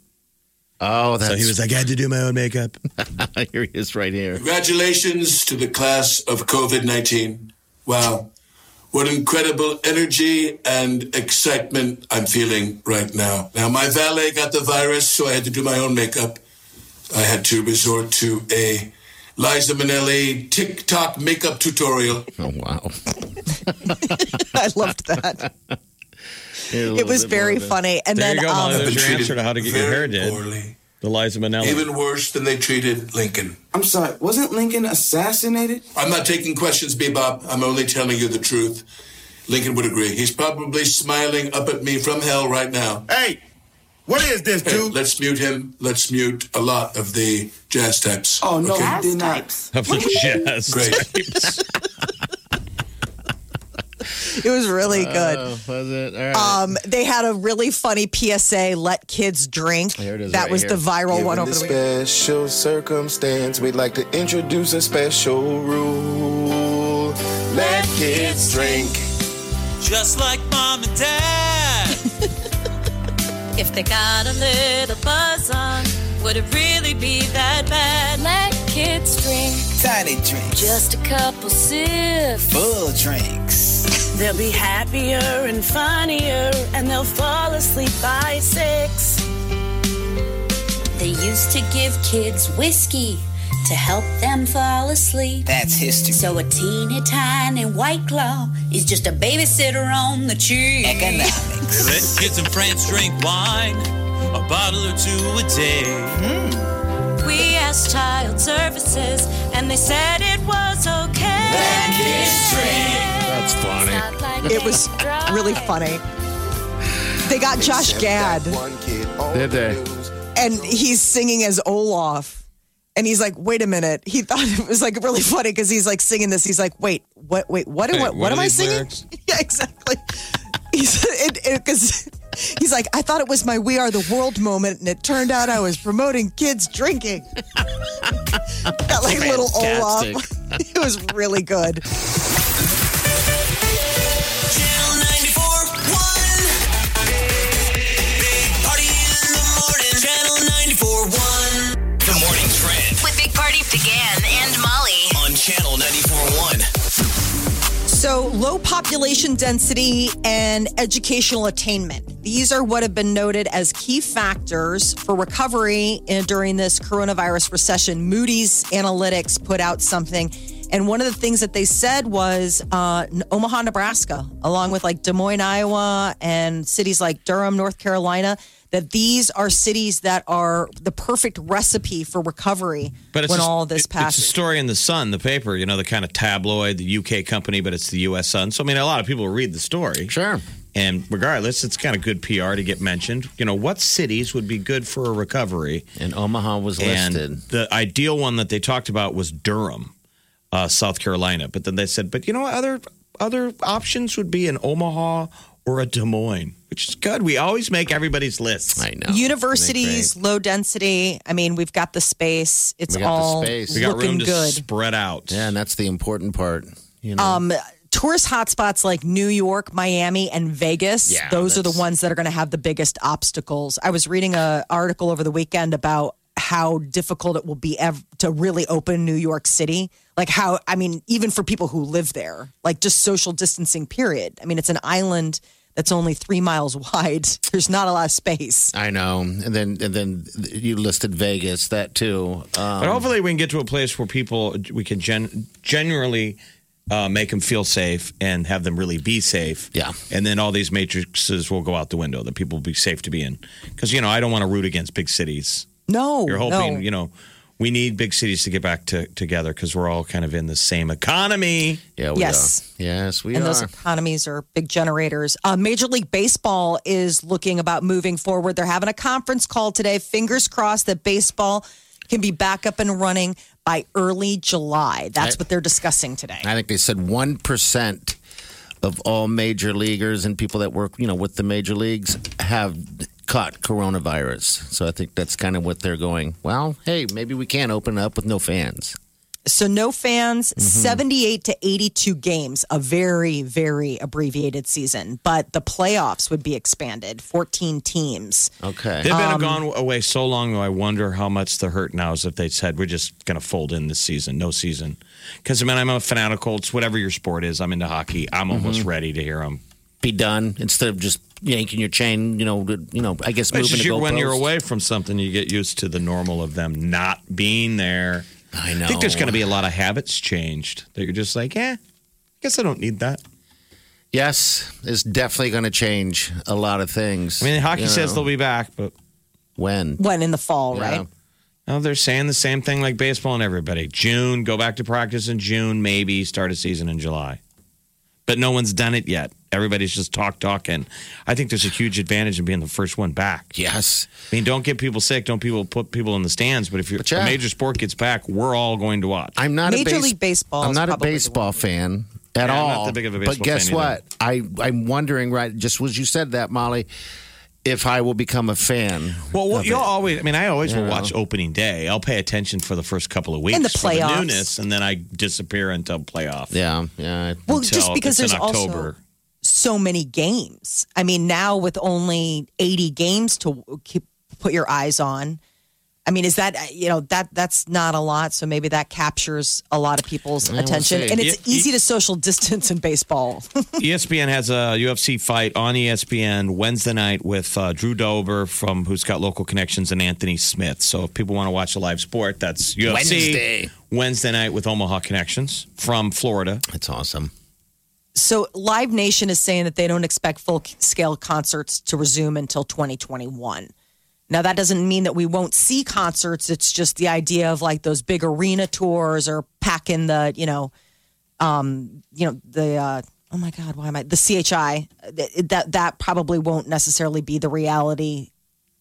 Oh,
so he
that's-
was like, I had to do my own makeup.
[laughs] here he is, right here.
Congratulations to the class of COVID 19. Wow. What incredible energy and excitement I'm feeling right now. Now, my valet got the virus, so I had to do my own makeup. I had to resort to a Liza Minnelli TikTok makeup tutorial.
[laughs] Oh, wow.
[laughs] I loved that. It was very funny. And
there
then
you go, Molly.
um,
There's your
Treated
answer to how to get your hair
very
did. The Liza Minnelli.
Even worse than they treated Lincoln. I'm sorry, wasn't Lincoln assassinated? I'm not taking questions, Bebop. I'm only telling you the truth. Lincoln would agree. He's probably smiling up at me from hell right now. Hey, what is this, dude? let's mute him. Let's mute a lot of the jazz types.
Oh, no,
okay?
he did not.
Of the jazz
Great.
it was really
Uh,
good.
Oh, was it? All right.
Um, they had a really funny PSA: "Let kids drink."
Here it is
that
right
was the
here.
viral
Given
one over
this
the weekend.
special circumstance, we'd like to introduce a special rule. Let kids drink.
Just like mom and dad.
If they got a little buzz on, would it really be that bad? Let kids drink.
Tiny drinks.
Just a couple sips.
Full drinks.
They'll be happier and funnier, and they'll fall asleep by six. They used to give kids whiskey to help them fall asleep.
That's history.
So a teeny tiny white claw is just a babysitter on the cheap.
Let kids in France drink wine, a bottle or two a day.
Mm. We asked child services, and they said it was okay.
That's funny.
It was really funny. They got Josh Gad,
Did they?
and he's singing as Olaf. And he's like, "Wait a minute." He [laughs] thought it was like really funny because he's like singing this. He's like, "Wait, what? Wait, what?
Hey,
what,
what
what [laughs]
are
am I
these
singing?"
lyrics?
Yeah, exactly. He's because He's like, I thought it was my We Are the World moment, and it turned out I was promoting kids drinking. [laughs] Got like little Olaf. [laughs] it was really good.
Channel 94.1. Big Party in the morning. Channel 94.1.
The morning trend
With Big Party began and Molly.
on channel 94.1.
So, low population density and educational attainment. These are what have been noted as key factors for recovery in, during this coronavirus recession. Moody's Analytics put out something. And one of the things that they said was uh, Omaha, Nebraska, along with like Des Moines, Iowa, and cities like Durham, North Carolina, that these are cities that are the perfect recipe for recovery when
a-
all this
it- it's a
passes.
story in the Sun, the paper, you know, the kind of tabloid, the UK company, but it's the US Sun. So, I mean, a lot of people read the story. Sure. And regardless, it's kind of good PR to get mentioned. You know, what cities would be good for a recovery? And Omaha was
listed.
The ideal one that they talked about was Durham, uh, South Carolina. But then they said, but you know what? Other, other options would be an Omaha or a Des Moines, which is good. We always make everybody's lists. I know.
Universities, low density. I mean, we've got the space. It's all looking good.
spread out.
Yeah, and that's the important part. You know,
Um, tourist hotspots like New York, Miami, and Vegas.
Yeah,
those are the ones that are going to have the biggest obstacles. I was reading a article over the weekend about how difficult it will be ev- to really open New York City. Like how I mean, even for people who live there, like just social distancing. Period. I mean, it's an island that's only three miles [laughs] wide. There's not a lot of space.
I know. And then and then you listed Vegas, that too. Um,
But hopefully, we can get to a place where people we can gen- generally uh, make them feel safe and have them really be safe. Yeah, and then all these matrices will go out the window that people will be safe to be in. Because you know, I don't want to root against big cities.
No,
You're hoping you know we need big cities to get back to, together because we're all kind of in the same economy. Yeah,
we Yes.
Yes, we
and those economies are big generators. Uh, Major League Baseball is looking about moving forward. They're having a conference call today. Fingers crossed that baseball can be back up and running by early July. That's
I-
what they're discussing today.
I think they said 1% of all major leaguers and people that work, you know, with the major leagues have caught coronavirus. So I think that's kind of what they're going. Well, hey, maybe we can open up with no fans.
So no fans, 78 to 82 games, a very, very abbreviated season. But the playoffs would be expanded, 14 teams.
Okay.
They've been
Um,
gone away so long, though. I wonder how much the hurt now is if they said we're just going to fold in this season, no season. Because I mean, I'm a fanatical. It's whatever your sport is. I'm into hockey. I'm almost
Mhm.
ready to hear them.
Be done instead of just yanking your chain, you know, to- you know, I guess
It's
moving
just
to
you're, when you're
goalpost.
away from something, you get used to the normal of them not being there.
I
I
know.
think there's going to be a lot of habits changed that you're just like, eh, I guess I don't need that.
Yes, it's definitely going to change a lot of things.
I mean, hockey
you
says
know.
they'll be back, but
when?
When in the fall, right?
No, they're saying the same thing like baseball and everybody. June, go back to practice in June, maybe start a season in July. But no one's done it yet. Everybody's just talk talking. I think there's a huge advantage in being the first one back.
Yes.
I mean, don't get people sick. Don't people put people in the stands. But if you're, a major sport gets back, we're all going to watch.
I'm not
Major
a base-
League Baseball
I'm
is
not a
probably the
baseball fan at
Yeah, I'm
all.
not that big of a
But
baseball
guess
fan
what?
either.
I I'm wondering right just as you said that, Molly, if I will become a fan.
Well, well you'll always. I mean, I always
You
will
know.
watch opening day. I'll pay attention for the first couple of weeks
And the
for the
playoffs.
newness, and then I disappear until playoff.
Yeah, yeah.
Well, just because
it's
there's
in
also-
October. [laughs]
so many games. I mean, now with only 80 games to keep, put your eyes on, I mean, is that you know that that's not a lot? So maybe that captures a lot of people's
Yeah, we'll
attention,
see.
and it's
Yeah,
easy to social distance in baseball.
ESPN has a UFC fight on E ESPN Wednesday night with uh, Drew Dober from who's got local connections and Anthony Smith. So if people want to watch a live sport, that's UFC
Wednesday.
Wednesday night with Omaha connections from Florida.
That's awesome.
so Live Nation is saying that they don't expect full scale concerts to resume until 2021. Now that doesn't mean that we won't see concerts. It's just the idea of like those big arena tours or packing the you know, um, you know the uh, oh my god, why am I the CHI? That that, that probably won't necessarily be the reality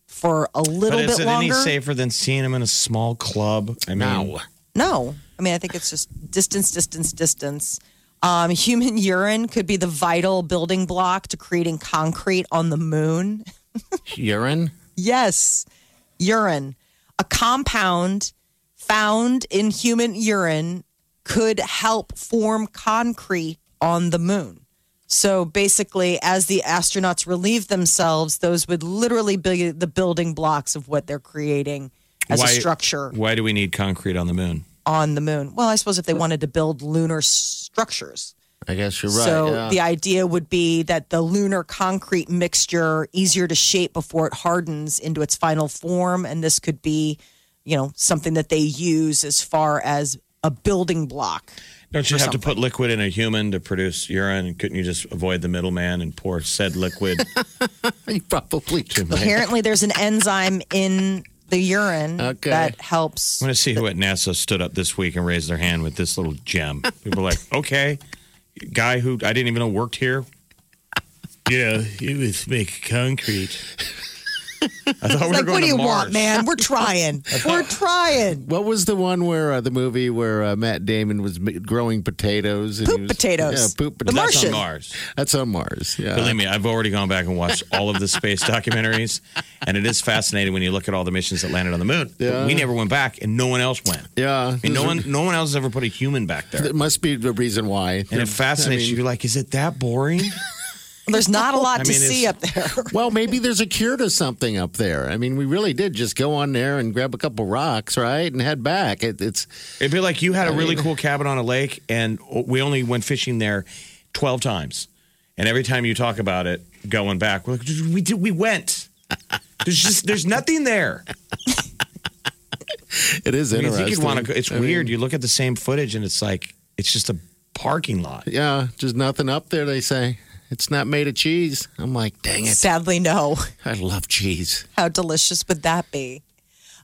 for a little
but is
bit
it
longer.
any safer than seeing him in a small club? I mean,
No. I mean, I think it's just distance, distance, distance. Um, human [laughs] urine could be the vital building block to creating concrete on the moon. [laughs]
Urine?
Yes, urine. A compound found in human urine could help form concrete on the moon. So basically, as the astronauts relieve themselves, those would literally be the building blocks of what they're creating as a structure
Why do we need concrete on the moon?
on the moon. Well, I suppose if they wanted to build lunar s- structures.
I guess you're right.
So
yeah.
the idea would be that the lunar concrete mixture easier to shape before it hardens into its final form, and this could be, you know, something that they use as far as a building block.
Don't you
or
have to
something.
put liquid in a human to produce urine? Couldn't you just avoid the middleman and pour said liquid?
[laughs] you probably could.
Apparently, there's an enzyme in the urine
Okay.
that helps.
I want to see who at NASA stood up this week and raised their hand with this little gem. People were
[laughs]
like, okay, guy who I didn't even know worked here. Yeah, he was make concrete. I thought we were
Like,
going
what do
to
you
Mars.
want,
[laughs]
man? We're trying. We're trying.
What was the one where uh, the movie where uh, Matt Damon was m- growing potatoes? And poop
potatoes.
Yeah, poop
The
potatoes.
That's on Mars.
That's on Mars. Yeah.
Believe me, I've already gone back and watched all of the space documentaries, and it is fascinating when you look at all the missions that landed on the moon. But
Yeah.
We never went back, and no one else went.
Yeah.
I mean, no one, no one else has ever put a human back there.
There must be the reason why.
And it fascinates you. You're like, is it that boring?
There's not a lot
I
to
mean,
see up there.
well, maybe there's a cure to something up there. I mean, we really did just go on there and grab a couple rocks, right, and head back. It, it's
It'd be like you had a really cool cabin on a lake, and we only went fishing there twelve times. And every time you talk about it going back, we're like, we did, we went. There's just there's nothing there.
it is
I mean, I
interesting.
think you'd want to. It's
I
weird.
mean,
you look at the same footage, and it's like it's just a parking lot.
yeah, just nothing up there. They say it's not made of cheese. I'm like, dang it.
Sadly, no.
I love cheese.
How delicious would that be?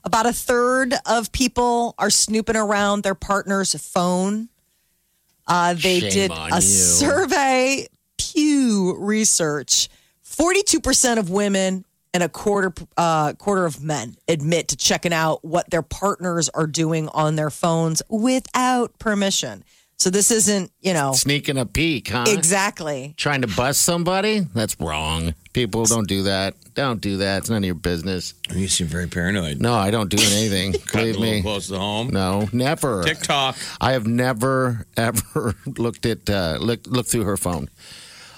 About a third of people are snooping around their partner's phone. Uh, they
Shame
did
on
a
you.
survey, Pew Research. Forty-two percent of women and a quarter uh, quarter of men admit to checking out what their partners are doing on their phones without permission. So this isn't, you know,
Sneaking a peek, huh?
exactly.
Trying to bust somebody? That's wrong. People don't do that. Don't do that. It's none of your business.
You seem very paranoid.
No, I don't do anything.
Cutting
Believe
a little
me.
close to home.
No, never.
TikTok.
I have never [laughs] ever looked at uh, looked looked through her phone.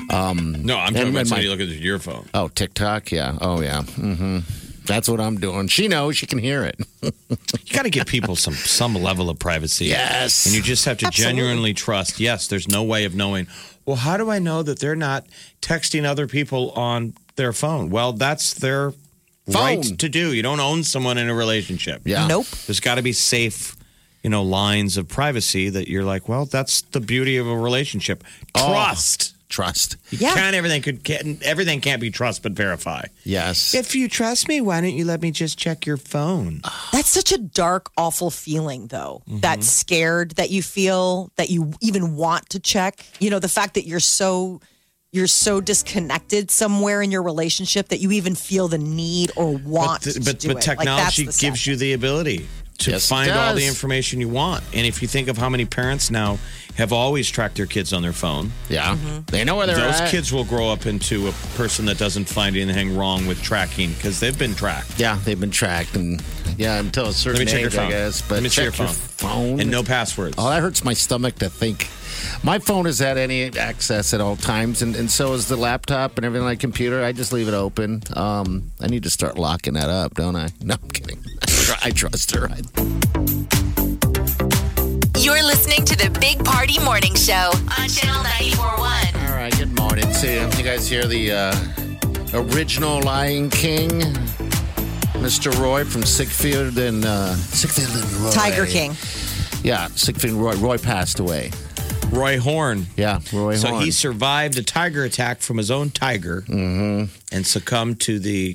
Um,
No, I'm talking
and-
about
and
somebody
my-
looking at your phone.
Oh, TikTok, yeah. Oh, yeah. hmm That's what I'm doing. She knows. She can hear it.
You got to
[laughs]
give people some some level of privacy.
Yes.
and you just have to
Absolutely.
genuinely trust. Yes, there's no way of knowing. Well, how do I know that [laughs] they're not texting other people on their phone? Well, that's their right
Phone.
to do. You don't own someone in a relationship.
Yeah. Nope.
There's got to be safe, you know, lines of privacy that you're like, well, that's the beauty of a relationship.
Oh,
Trust.
trust.
You can't everything could can everything can't be trust but verify.
Yes.
If you trust me, why don't you let me just check your phone?
That's such a dark, awful feeling, though.
Mm-hmm.
That scared that you feel that you even want to check. You know, the fact that you're so you're so disconnected somewhere in your relationship that you even feel the need or want
th-
to do
but
it. Like, that's
technology
the sad
gives you the ability to
Yes, it
find all the
does.
information you want. And if you think of how many parents now have always tracked their kids on their phone,
Yeah.
Mm-hmm.
They know where they're
those
at.
kids will grow up into a person that doesn't find anything wrong with tracking because they've been tracked.
Yeah, they've been tracked. and Yeah, until a certain
Let me check
age,
your phone.
I guess. But
Let me check, your,
phone.
And no passwords.
Oh, that hurts my stomach to think. My phone is at any access at all times, and, and so is the laptop and everything like computer. I just leave it open. Um, I need to start locking that up, don't I? [laughs] No, I'm kidding. I trust her. I-
You're listening to the Big Party Morning Show on Channel 941.
All right, good morning. See, you guys hear the uh, original Lion King, Mr. Roy from Sickfield and uh, Sickfield and Roy.
Tiger King.
Yeah, Sickfield and Roy. Roy passed away.
Roy Horn.
Yeah, Roy
so
Horn.
he survived a tiger attack from his own tiger and succumbed to the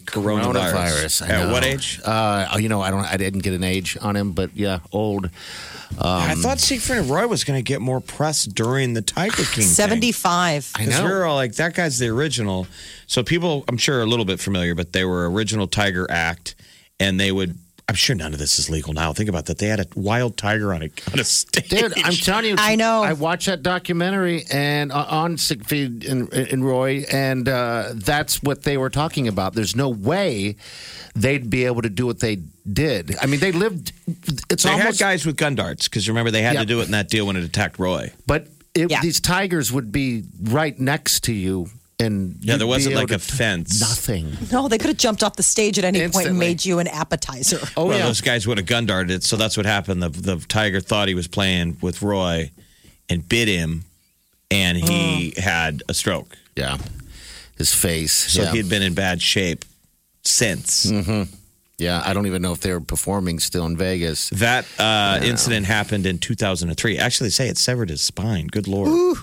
Mm-hmm.
coronavirus.
Coronavirus. I
At
know.
what age?
Uh, oh, you know, I don't. I didn't get an age on him, but yeah, old. Um,
I thought Siegfried and Roy was going to get more press during the Tiger King.
side.
thing.
Seventy-five.
Because we were all like, that guy's the original. So people, I'm sure, are a little bit familiar, but they were original Tiger Act, and they would I'm sure none of this is legal now. Think about that. They had a wild tiger on a, on a stage.
Dude, I'm
[laughs]
telling you, I know. I watched that documentary and uh, on Siegfried and, and Roy, and uh, that's what they were talking about. There's no way they'd be able to do what they did. I mean, they lived. It's
they
almost
had guys with gun darts because remember they had
Yeah.
to do it in that deal when it attacked Roy.
But it,
Yeah.
these tigers would be right next to you, and
Yeah,
you'd
there wasn't
be able
like
to-
a fence.
Nothing.
No, they could have jumped off the stage at any point and
Instantly.
made you an appetizer.
Oh,
well,
yeah.
those guys would have gun darted it, so that's what happened. The the tiger thought he was playing with Roy, and bit him, and he had a stroke.
Oh. Yeah, his face.
So
yeah.
he'd been in bad shape since.
Mm-hmm. Yeah, I don't even know if they were performing still in Vegas.
That uh, incident happened in 2003. Actually, they say it severed his spine. Good lord.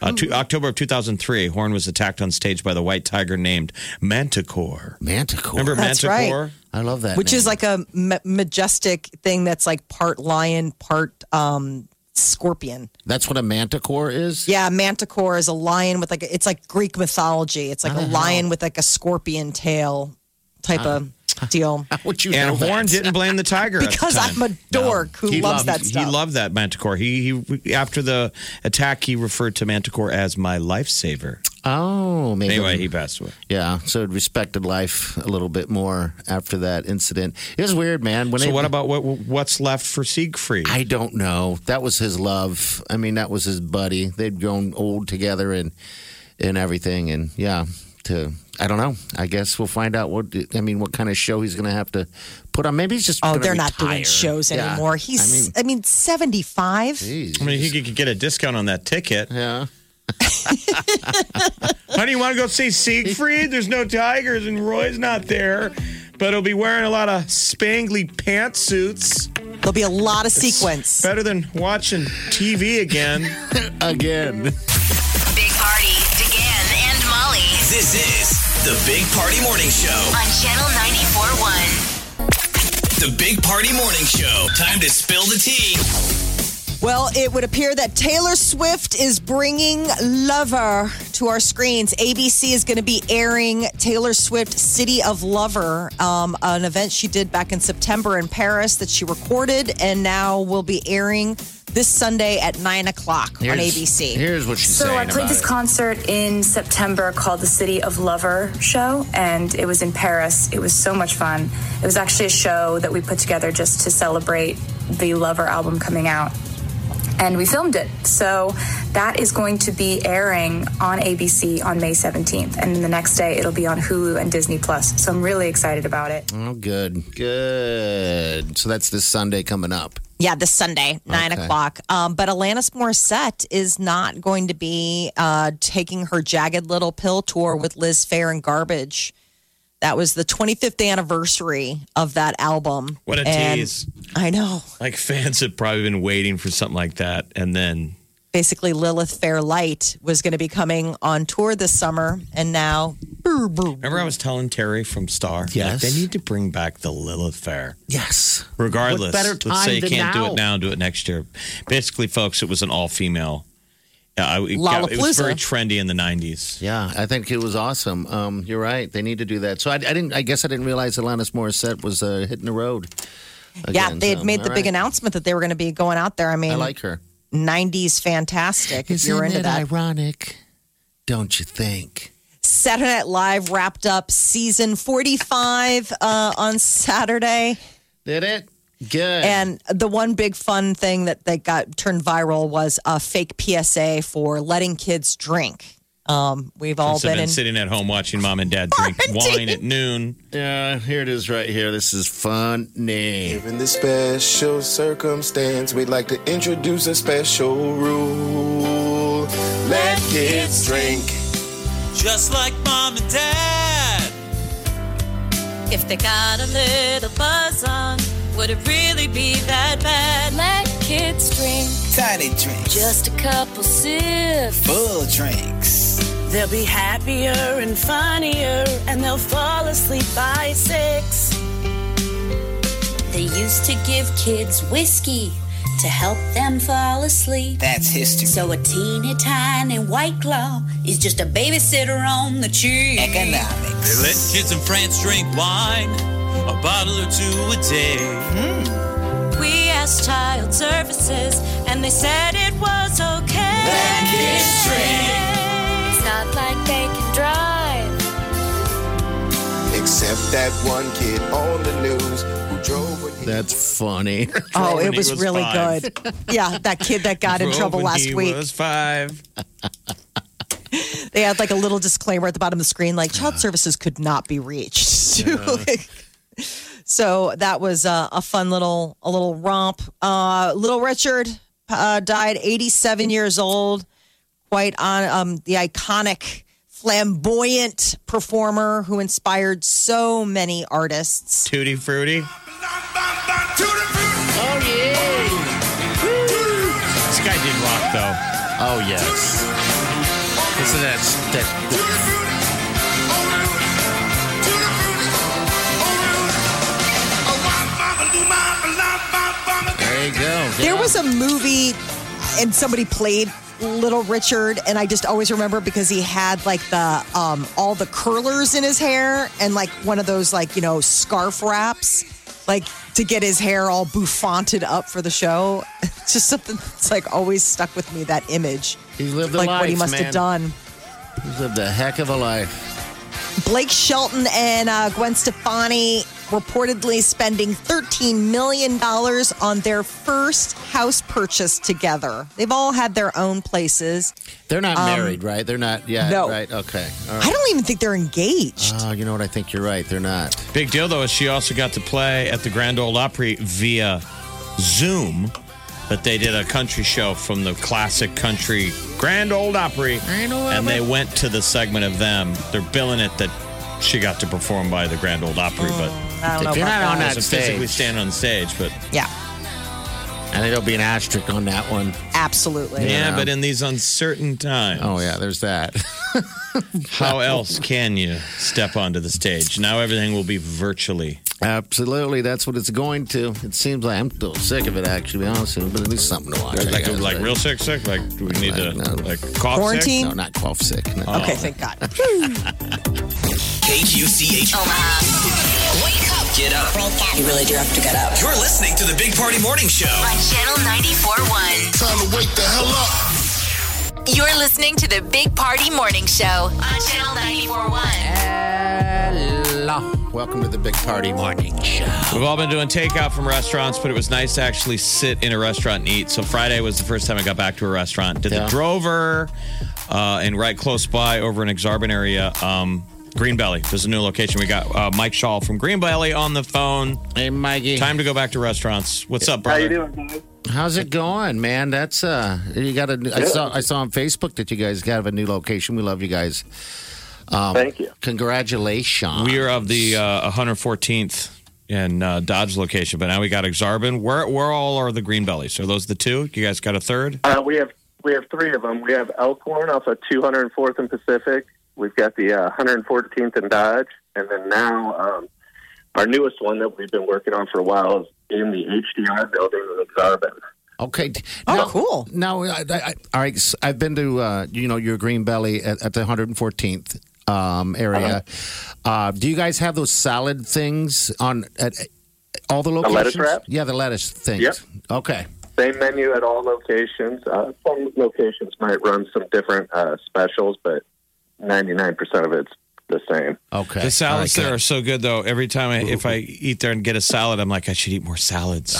Uh, two, October of 2003, Horn was attacked on stage by the white tiger named Manticore.
Manticore.
Remember
That's
Manticore?
right.
I love that.
Which is like a ma- majestic thing that's like part lion, part um, scorpion.
That's what a manticore is.
Yeah, manticore is a lion with like a, it's like Greek mythology. It's like a lion with like a scorpion tail type of
[laughs]
deal.
Uh-huh. would
you And know Horn that? didn't blame the tiger at the
because
time.
I'm a dork who
He
loves
loved-
that stuff.
He loved that Manticore. He, he after the attack, he referred to Manticore as my lifesaver.
Oh, maybe.
Anyway, he passed away.
Yeah, so it respected life a little bit more after that incident. It was weird, man. When
so
it-
what about what what's left for Siegfried?
I don't know. Oh, That was his love. I mean, that was his buddy. They'd grown old together and and everything. And yeah, to I don't know. I guess we'll find out what I mean. What kind of show he's going to have to put on? Maybe he's just
Oh,
gonna
they're not doing
retire.
shows
Yeah.
anymore. He's, I mean, 75.
I mean, he could get a discount on that ticket. [laughs]
Yeah.
Honey, you want to go see Siegfried? There's no tigers, and Roy's not there, but he'll be wearing a lot of spangly pantsuits.
There'll be a lot of sequence.
Better than watching TV again.
[laughs] again.
Big Party, DeGan and Molly
This is the Big Party Morning Show.
on Channel 94.1.
The Big Party Morning Show. Time to spill the tea.
Well, it would appear that Taylor Swift is bringing Lover to our screens. ABC is going to be airing Taylor Swift City of Lover, um, an event she did back in September in Paris that she recorded, and now will be airing this Sunday at 9 o'clock on ABC.
Here's what she's
So
saying
I
about
played
it.
this
concert in September called the City of Lover show, and it was in Paris. It was so much fun. It was actually a show that we put together just to celebrate the Lover album coming out, and we filmed it. So that is going to be airing on ABC on May 17th, and the next day it'll be on Hulu and Disney Plus. So I'm really excited about it.
Oh, good, good. So that's this Sunday coming up.
Yeah, this Sunday, nine
Okay.
o'clock. Um, but Alanis Morissette is not going to be uh, taking her Jagged Little Pill tour with Liz Fair and Garbage. That was the 25th anniversary of that album.
What a
And
tease.
I know.
Like fans have probably been waiting for something like that, and then
Basically, Lilith Fairlight was going to be coming on tour this summer, and now.
remember I was telling Terry from Star,
Yes.
like, they need to bring back the Lilith Fair.
Yes. What
Regardless,
better
let's
time
say you
than
can't do it
now?
now, do it next year. Basically, folks, it was an all-female. Uh, I- it, got- it was
Lollapalooza.
very trendy in the '90s.
Yeah, I think it was awesome. Um, you're right; they need to do that. So I, I didn't. I guess I didn't realize Alanis Morissette was uh, hitting the road.
yeah,
again.
they had
So,
made
all
the big
right.
announcement that they were going to be going out there. I mean,
I like her.
90s fantastic. if you're into
it
that.
ironic? Don't you
[laughs]
think?
Saturday Night Live wrapped up season 45 uh, on Saturday.
Did it? Good.
And the one big fun thing that, that got turned viral was a fake PSA for letting kids drink. Um, we've all
Since I've
been,
been
in.
sitting at home watching mom and dad drink wine at noon.
Yeah, here it is right here. This is funny.
In this special circumstance, we'd like to introduce a special rule. Let kids drink.
Just like mom and dad.
If they got a little buzz on, would it really be that bad? Let kids drink.
Tiny drinks.
Just a couple sips.
Full drinks.
They'll be happier and funnier, and they'll fall asleep by six. They used to give kids whiskey to help them fall asleep.
That's history.
So a teeny tiny white claw is just a babysitter on the cheap.
They
Economics.
let kids in France drink wine, a bottle or two a day.
Mm. We asked child services, and they said it was okay. That
kid's
It's not like they can drive.
Except that one kid on the news who drove when he
That's funny.
Oh, it was, really good. Yeah, that kid that got in
[laughs] Drove
trouble
when
last
he
week.
was
five.
They had like a little disclaimer at the bottom of the screen, like child services could not be reached. So, [laughs] like, so that was uh, a fun little a little romp. Uh, little Richard uh, died 87 years old. Quite on um, the iconic, flamboyant performer who inspired so many artists.
Tutti Frutti.
Oh,
yeah. This guy did rock, though.
Oh, yes. Isn't that, that, there you go.
There was a movie, and somebody played Little Richard, and I just always remember because he had like the um, all the curlers in his hair and like one of those like you know scarf wraps, like to get his hair all bouffanted up for the show. [laughs] It's just something that's like always stuck with me. That image,
he lived a
like what he
life,
must
man.
have done.
He lived a heck of a life.
Blake Shelton and uh, Gwen Stefani reportedly spending $13 million on their first house purchase together. They've all had their own places.
They're not
Um,
married, right? They're not, yeah,
no.
right? Okay. All right.
I don't even think they're engaged.
Oh, you know what? I think you're right. They're not.
Big deal though is she also got to play at the Grand Ole Opry via Zoom, but they did a country show from the classic country Grand Old Opry, and they went to the segment of them. They're billing it that she got to perform by the Grand Old Opry, but
I don't know If you're about not on that. that
Doesn't physically
stage.
stand on stage, but
Yeah,
And there'll be an asterisk on that one.
absolutely.
yeah, but in these uncertain times. Oh
yeah, there's that.
How else can you step onto the stage? Now everything will be virtually.
Absolutely, that's what it's going to. It seems like I'm still sick of it, actually, to be honest with you, but at least something to watch. I
Like,
guess.
like real sick, sick. Like do we need to like cough
Quarantine?
Sick?
No, not cough sick. No.
Okay, thank God.
KQCH.
Oh,
Omaha. Wake up. Get up.
You really do have to get up.
You're listening to the Big Party Morning Show.
On Channel 94.1. Time to wake the hell up.
You're listening to the Big Party Morning Show on Channel 94.1.
[laughs] Hello. Welcome to the Big Party Morning Show.
We've all been doing takeout from restaurants, but it was nice to actually sit in a restaurant and eat. So Friday was the first time I got back to a restaurant. Did
Yeah.
the Drover, uh, and right close by over in Exarban area, um, Green Belly. There's a new location. We got uh, Mike Shaw from Green Belly on the phone.
Hey, Mikey.
Time to go back to restaurants. What's up,
How
brother?
you
doing?
How's it going, man? That's uh, you got a. I saw I saw on Facebook that you guys got a new location. We love you guys. Um, Thank you. Congratulations.
We are of the uh, 114th and uh, Dodge location, but now we got Exarban. Where where all are the Green Bellies? Are those the two? You guys got a third?
Uh, we have we have three of them. We have Elkhorn off of 204th and Pacific. We've got the uh, 114th and Dodge, and then now um, our newest one that we've been working on for a while is in the HDR building in Exarban.
Okay. Oh,
cool.
Now, I, I, I- all right. so I've been to uh, you know your Green Belly at, at the 114th um, area. uh do you guys have those salad things on at, at all the
The
locations?
lettuce wraps?
Yeah, the lettuce things.
Yep.
Okay.
Same menu at all locations. Uh, some locations might run some different uh, specials, but 99% of it's the same.
Okay.
The salads there are so good, though. Every time I, if I eat there and get a salad, I'm like, I should eat
[laughs]
more salads.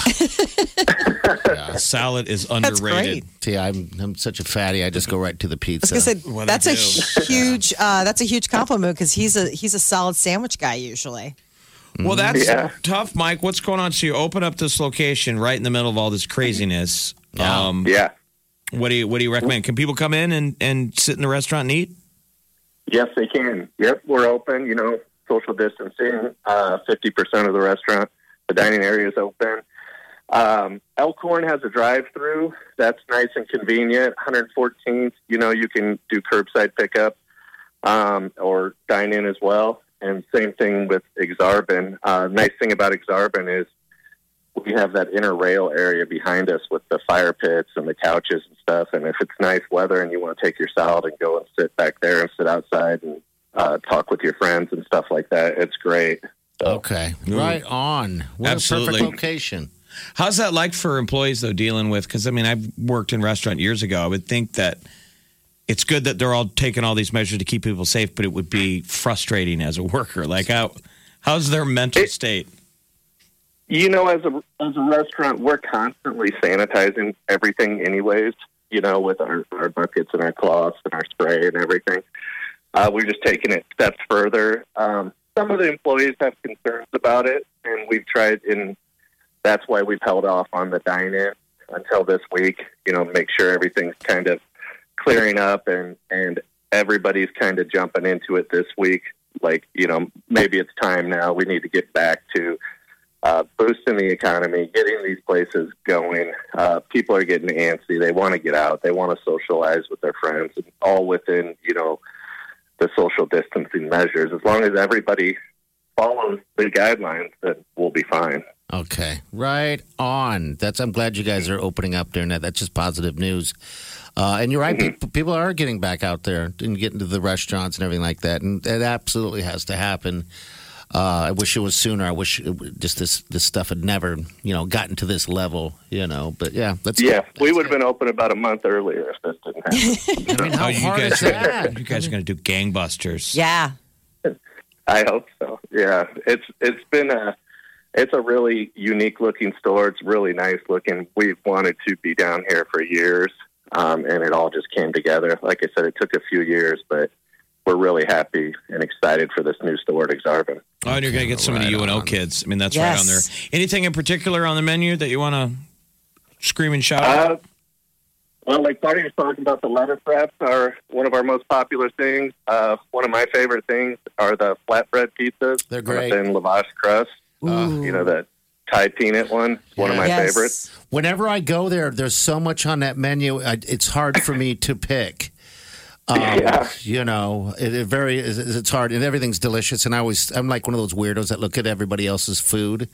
Salad is underrated.
See, I'm I'm such a fatty. I just go right to the pizza.
I said, that's a huge uh, that's a huge compliment because he's a he's a solid sandwich guy usually.
Mm-hmm.
Well, that's
Yeah.
tough, Mike. What's going on? So you open up this location right in the middle of all this craziness. Yeah. Um,
yeah.
What do you What do you recommend? Can people come in and, and sit in the restaurant and eat?
Yes, they can. Yep, we're open. You know, social distancing. uh, Fifty percent of the restaurant, the dining area is open. Um, Elkhorn has a drive-through. That's nice and convenient. 114th. You know, you can do curbside pickup um, or dine in as well. And same thing with Exarban. Uh, nice thing about Exarban is we have that inner rail area behind us with the fire pits and the couches and stuff. And if it's nice weather and you want to take your salad and go and sit back there and sit outside and uh, talk with your friends and stuff like that, it's great.
Okay. Right on. What a
Absolutely.
perfect location.
How's that like for employees though dealing with? Because I mean, I've worked in restaurant years ago. I would think that it's good that they're all taking all these measures to keep people safe, but it would be frustrating as a worker. Like how how's their mental state?
You know, as a as a restaurant, we're constantly sanitizing everything, anyways. You know, with our our buckets and our cloths and our spray and everything. Uh, we're just taking it steps further. Um, some of the employees have concerns about it, and we've tried, and that's why we've held off on the dine-in until this week. You know, make sure everything's kind of clearing up, and and everybody's kind of jumping into it this week. Like, you know, maybe it's time now. We need to get back to uh, boosting the economy, getting these places going. Uh, people are getting antsy. They want to get out. They want to socialize with their friends, and all within you know the social distancing measures. As long as everybody follows the guidelines, then we'll be fine.
Okay, right on. That's. I'm glad you guys are opening up there. Now that's just positive news. Uh, and you're right. People, people are getting back out there and getting to the restaurants and everything like that. And it absolutely has to happen. Uh, I wish it was sooner. I wish it, w- just this this stuff had never you know gotten to this level. You know, but yeah, that's
yeah, we would have been open about a month earlier if this didn't
[laughs]
happen.
I mean, how
Oh, you
hard
guys,
is that?
You guys are going to do gangbusters.
Yeah.
[laughs] I hope so. Yeah, it's it's been a it's a really unique looking store. It's really nice looking. We've wanted to be down here for years, um, and it all just came together. Like I said, it took a few years, but we're really happy and excited for this new store at Exarvin.
Oh, and you're going to get some of the UNO kids. I mean, that's right on there.
Yes.
Anything in particular on the menu that you want to scream and shout
Uh,
out?
Well, like Barney was talking about, the lettuce wraps are one of our most popular things. Uh, one of my favorite things are the flatbread pizzas. They're
great.
Thin lavash crust. Uh, you know, the Thai peanut one. One of my
Yes.
favorites.
Whenever I go there, there's so much on that menu. I, it's hard for me to pick. Um, You know, it, it very it's- it's hard, and everything's delicious. And I always I'm like one of those weirdos that look at everybody else's food.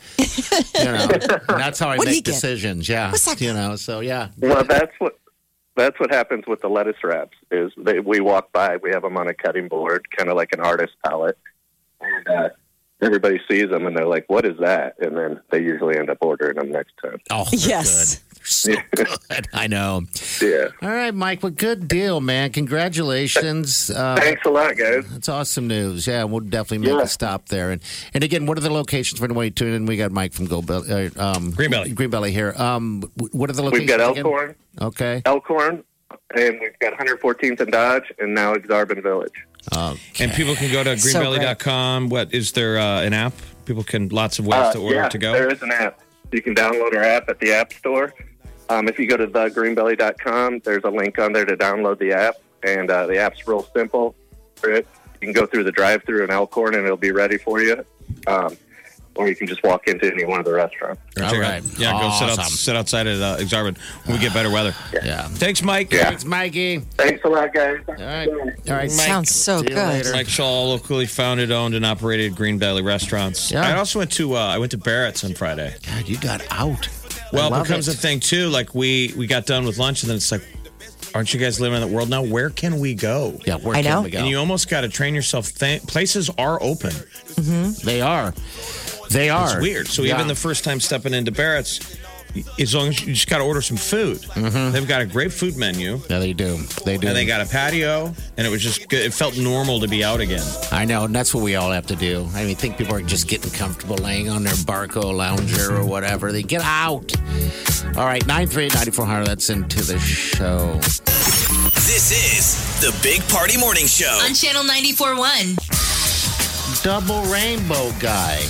[laughs]
You know, and that's how I
What'd he
make
get?
decisions. Yeah, you know, so yeah.
Well, that's what that's what happens with the lettuce wraps. Is they, we walk by, we have them on a cutting board, kind of like an artist palette, and uh, everybody sees them and they're like, "What is that?" And then they usually end up ordering them next time.
Oh, yes.
[laughs]
[laughs]
I know.
Yeah.
All right, Mike. Well, good deal, man. Congratulations. Uh,
Thanks a lot, guys.
That's awesome news. Yeah, we'll definitely make a stop there. And and again, what are the locations for anybody tuning in? We got Mike from Gold Belly, uh, um, Green Belly, Green Belly here. Um, w- what are the
We've
locations?
got
again?
Elkhorn,
Okay.
Elkhorn, and we've got 114th and Dodge, and now Exarban Village.
And people can go to
So great.
greenbelly.com. What is there uh, an app? People can lots of ways
Uh,
to order
yeah,
to go.
There is an app. You can download our app at the App Store. Um, if you go to thegreenbelly.com, there's a link on there to download the app, and uh, the app's real simple. You can go through the drive-through in Elkhorn, and it'll be ready for you. Um, or you can just walk into any one of the restaurants.
Check it out. Yeah, go sit, out,
Awesome.
sit outside at uh, Exarban when we get better weather.
Yeah.
Thanks, Mike.
Thanks, Mikey.
Thanks a lot, guys. All
right. All right.
Sounds
so
Mike Shaw locally founded, owned, and operated Green Valley restaurants.
Yeah.
I also went to uh, I went to Barrett's on Friday.
God, you got out.
Well,
I
it
love
becomes
it.
a thing too. Like we we got done with lunch, and then it's like, aren't you guys living in the world now? Where can we go?
Yeah, where I can know. we go?
And you almost got to train yourself. Th- places are open.
They are. They are.
It's weird. So
Yeah.
even the first time stepping into Barrett's, as long as you just got to order some food. They've got a great food menu.
Mm-hmm. Yeah, they do. They do.
And they got a patio, and it was just good. It felt normal to be out again.
I know, and that's what we all have to do. I mean, think people are just getting comfortable laying on their Barco lounger or whatever. They get out. All right, 938-9400, that's into the show.
This is the Big Party Morning Show.
Oh.
On Channel 94.1.
Double Rainbow Guy.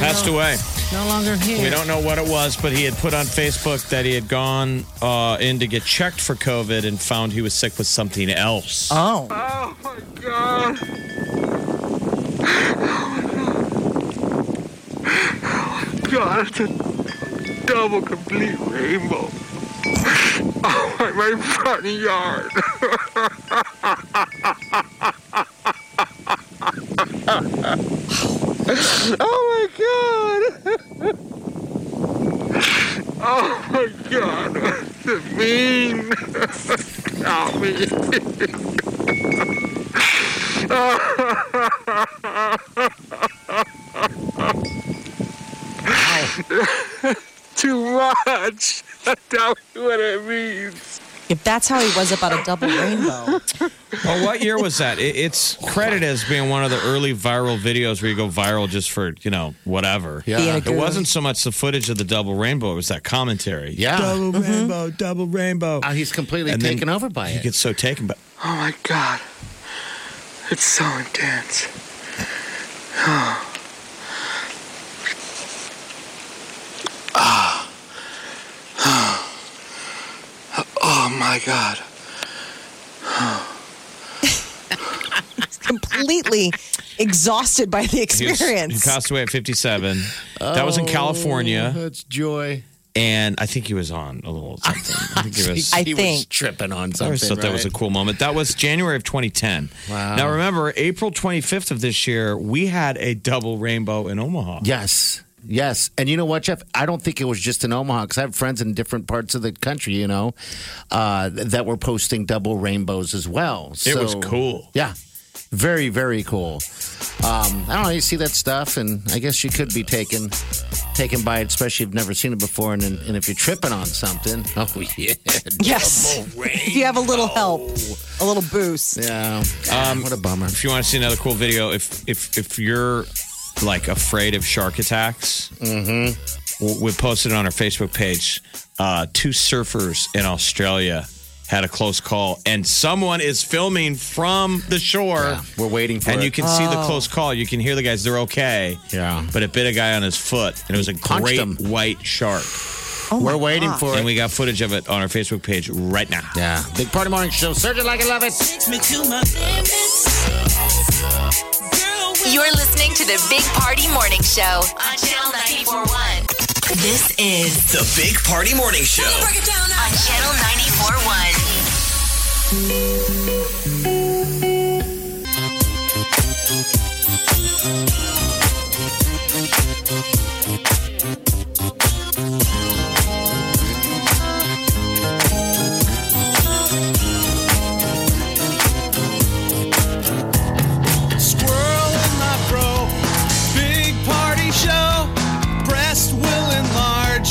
Passed away.
No longer here.
We don't know what it was, but he had put on Facebook that he had gone uh, in to get checked for COVID and found he was sick with something else.
Oh.
Oh my god. Oh my god, it's a double complete rainbow. Oh [laughs] my, my front yard. [laughs] oh my god. Oh my god, what's it mean? Stop me. [laughs] much. That's not what it means.
If that's how he was about a double rainbow.
Well, what year was that? It, it's credited as being one of the early viral videos where you go viral just for you know whatever.
Yeah. Being a
it
guru.
wasn't so much the footage of the double rainbow; it was that commentary.
Yeah. Uh,
double
Mm-hmm.
rainbow, double rainbow.
he's completely taken over by
He
it.
gets so taken by.
Oh my god. It's so intense. Ah. Ah. Oh my god.
He's completely exhausted by the
He was- He,
experience.
passed away at 57. that was in
Oh,
California.
That's joy.
And I think he was on a little something. I think he was.
he was tripping on
I
something.
always thought that was a
right?
cool moment. That was January of 2010. Wow. Now remember, April 25th of this year, we had a double rainbow in Omaha.
Yes. Yes. And you know what, Jeff? I don't think it was just in Omaha because I have friends in different parts of the country, you know, uh, th- that were posting double rainbows as well.
It was cool.
Yeah. Very, very cool. Um, I don't know. You see that stuff, and I guess you could be taken taken by it, especially if you've never seen it before. And, and if you're tripping on something, [laughs] oh, yeah.
yes. [laughs] If you have a little help, a little boost.
Yeah. what a bummer.
Um, If you want to see another cool video, if if if you're like afraid of shark attacks, mm-hmm. we posted it on our Facebook page. Uh, two surfers in Australia had a close call, and someone is filming from the shore.
we're waiting for
and
it.
you can see the
Oh.
close call. You can hear the guys; they're okay.
Yeah,
but it bit a guy on his foot, and it was a
Punched
great
him.
white shark.
Oh my We're waiting God. for it.
and we got footage of it on our Facebook page right now.
Yeah, big party morning show. Surge it like I love it.
Takes me to my limits.
You're listening to the Big Party Morning Show on Channel 941.
This is the Big Party Morning Show.
On Channel 941.
Squirrel in my bro. Big party show. Breast will enlarge.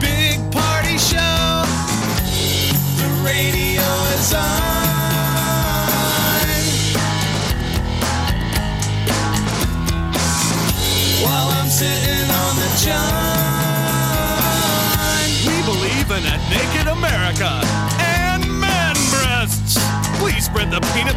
Big party show. The radio is on. While I'm sitting on the john. We believe in a naked America and man breasts. Please spread the peanut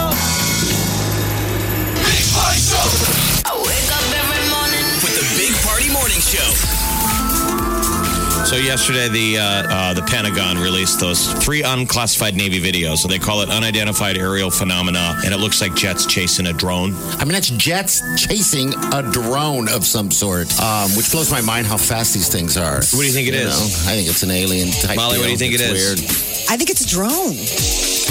Big party show.
I wake up every morning.
With the Big Party Morning Show.
So yesterday, the uh, uh, the Pentagon released those three unclassified Navy videos. So they call it unidentified aerial phenomena, and it looks like jets chasing a drone.
I mean, that's jets chasing a drone of some sort, um, which blows my mind how fast these things are. What
do you think it
it is?
is?
I think it's an alien type.
Molly, what do you think it
it is?
is?
I think it's a drone.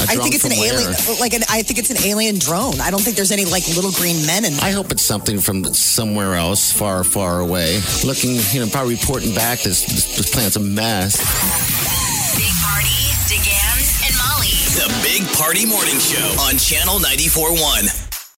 A
I
drone
think it's an
from where?
alien. Like an, I think it's an alien drone. I don't think there's any like little green men in.
I hope it's something from somewhere else, far, far away. Looking, you know, probably reporting back. This this, this plant's a mess.
Big Party, DeGan, and Molly.
The Big Party Morning Show on Channel 94.1.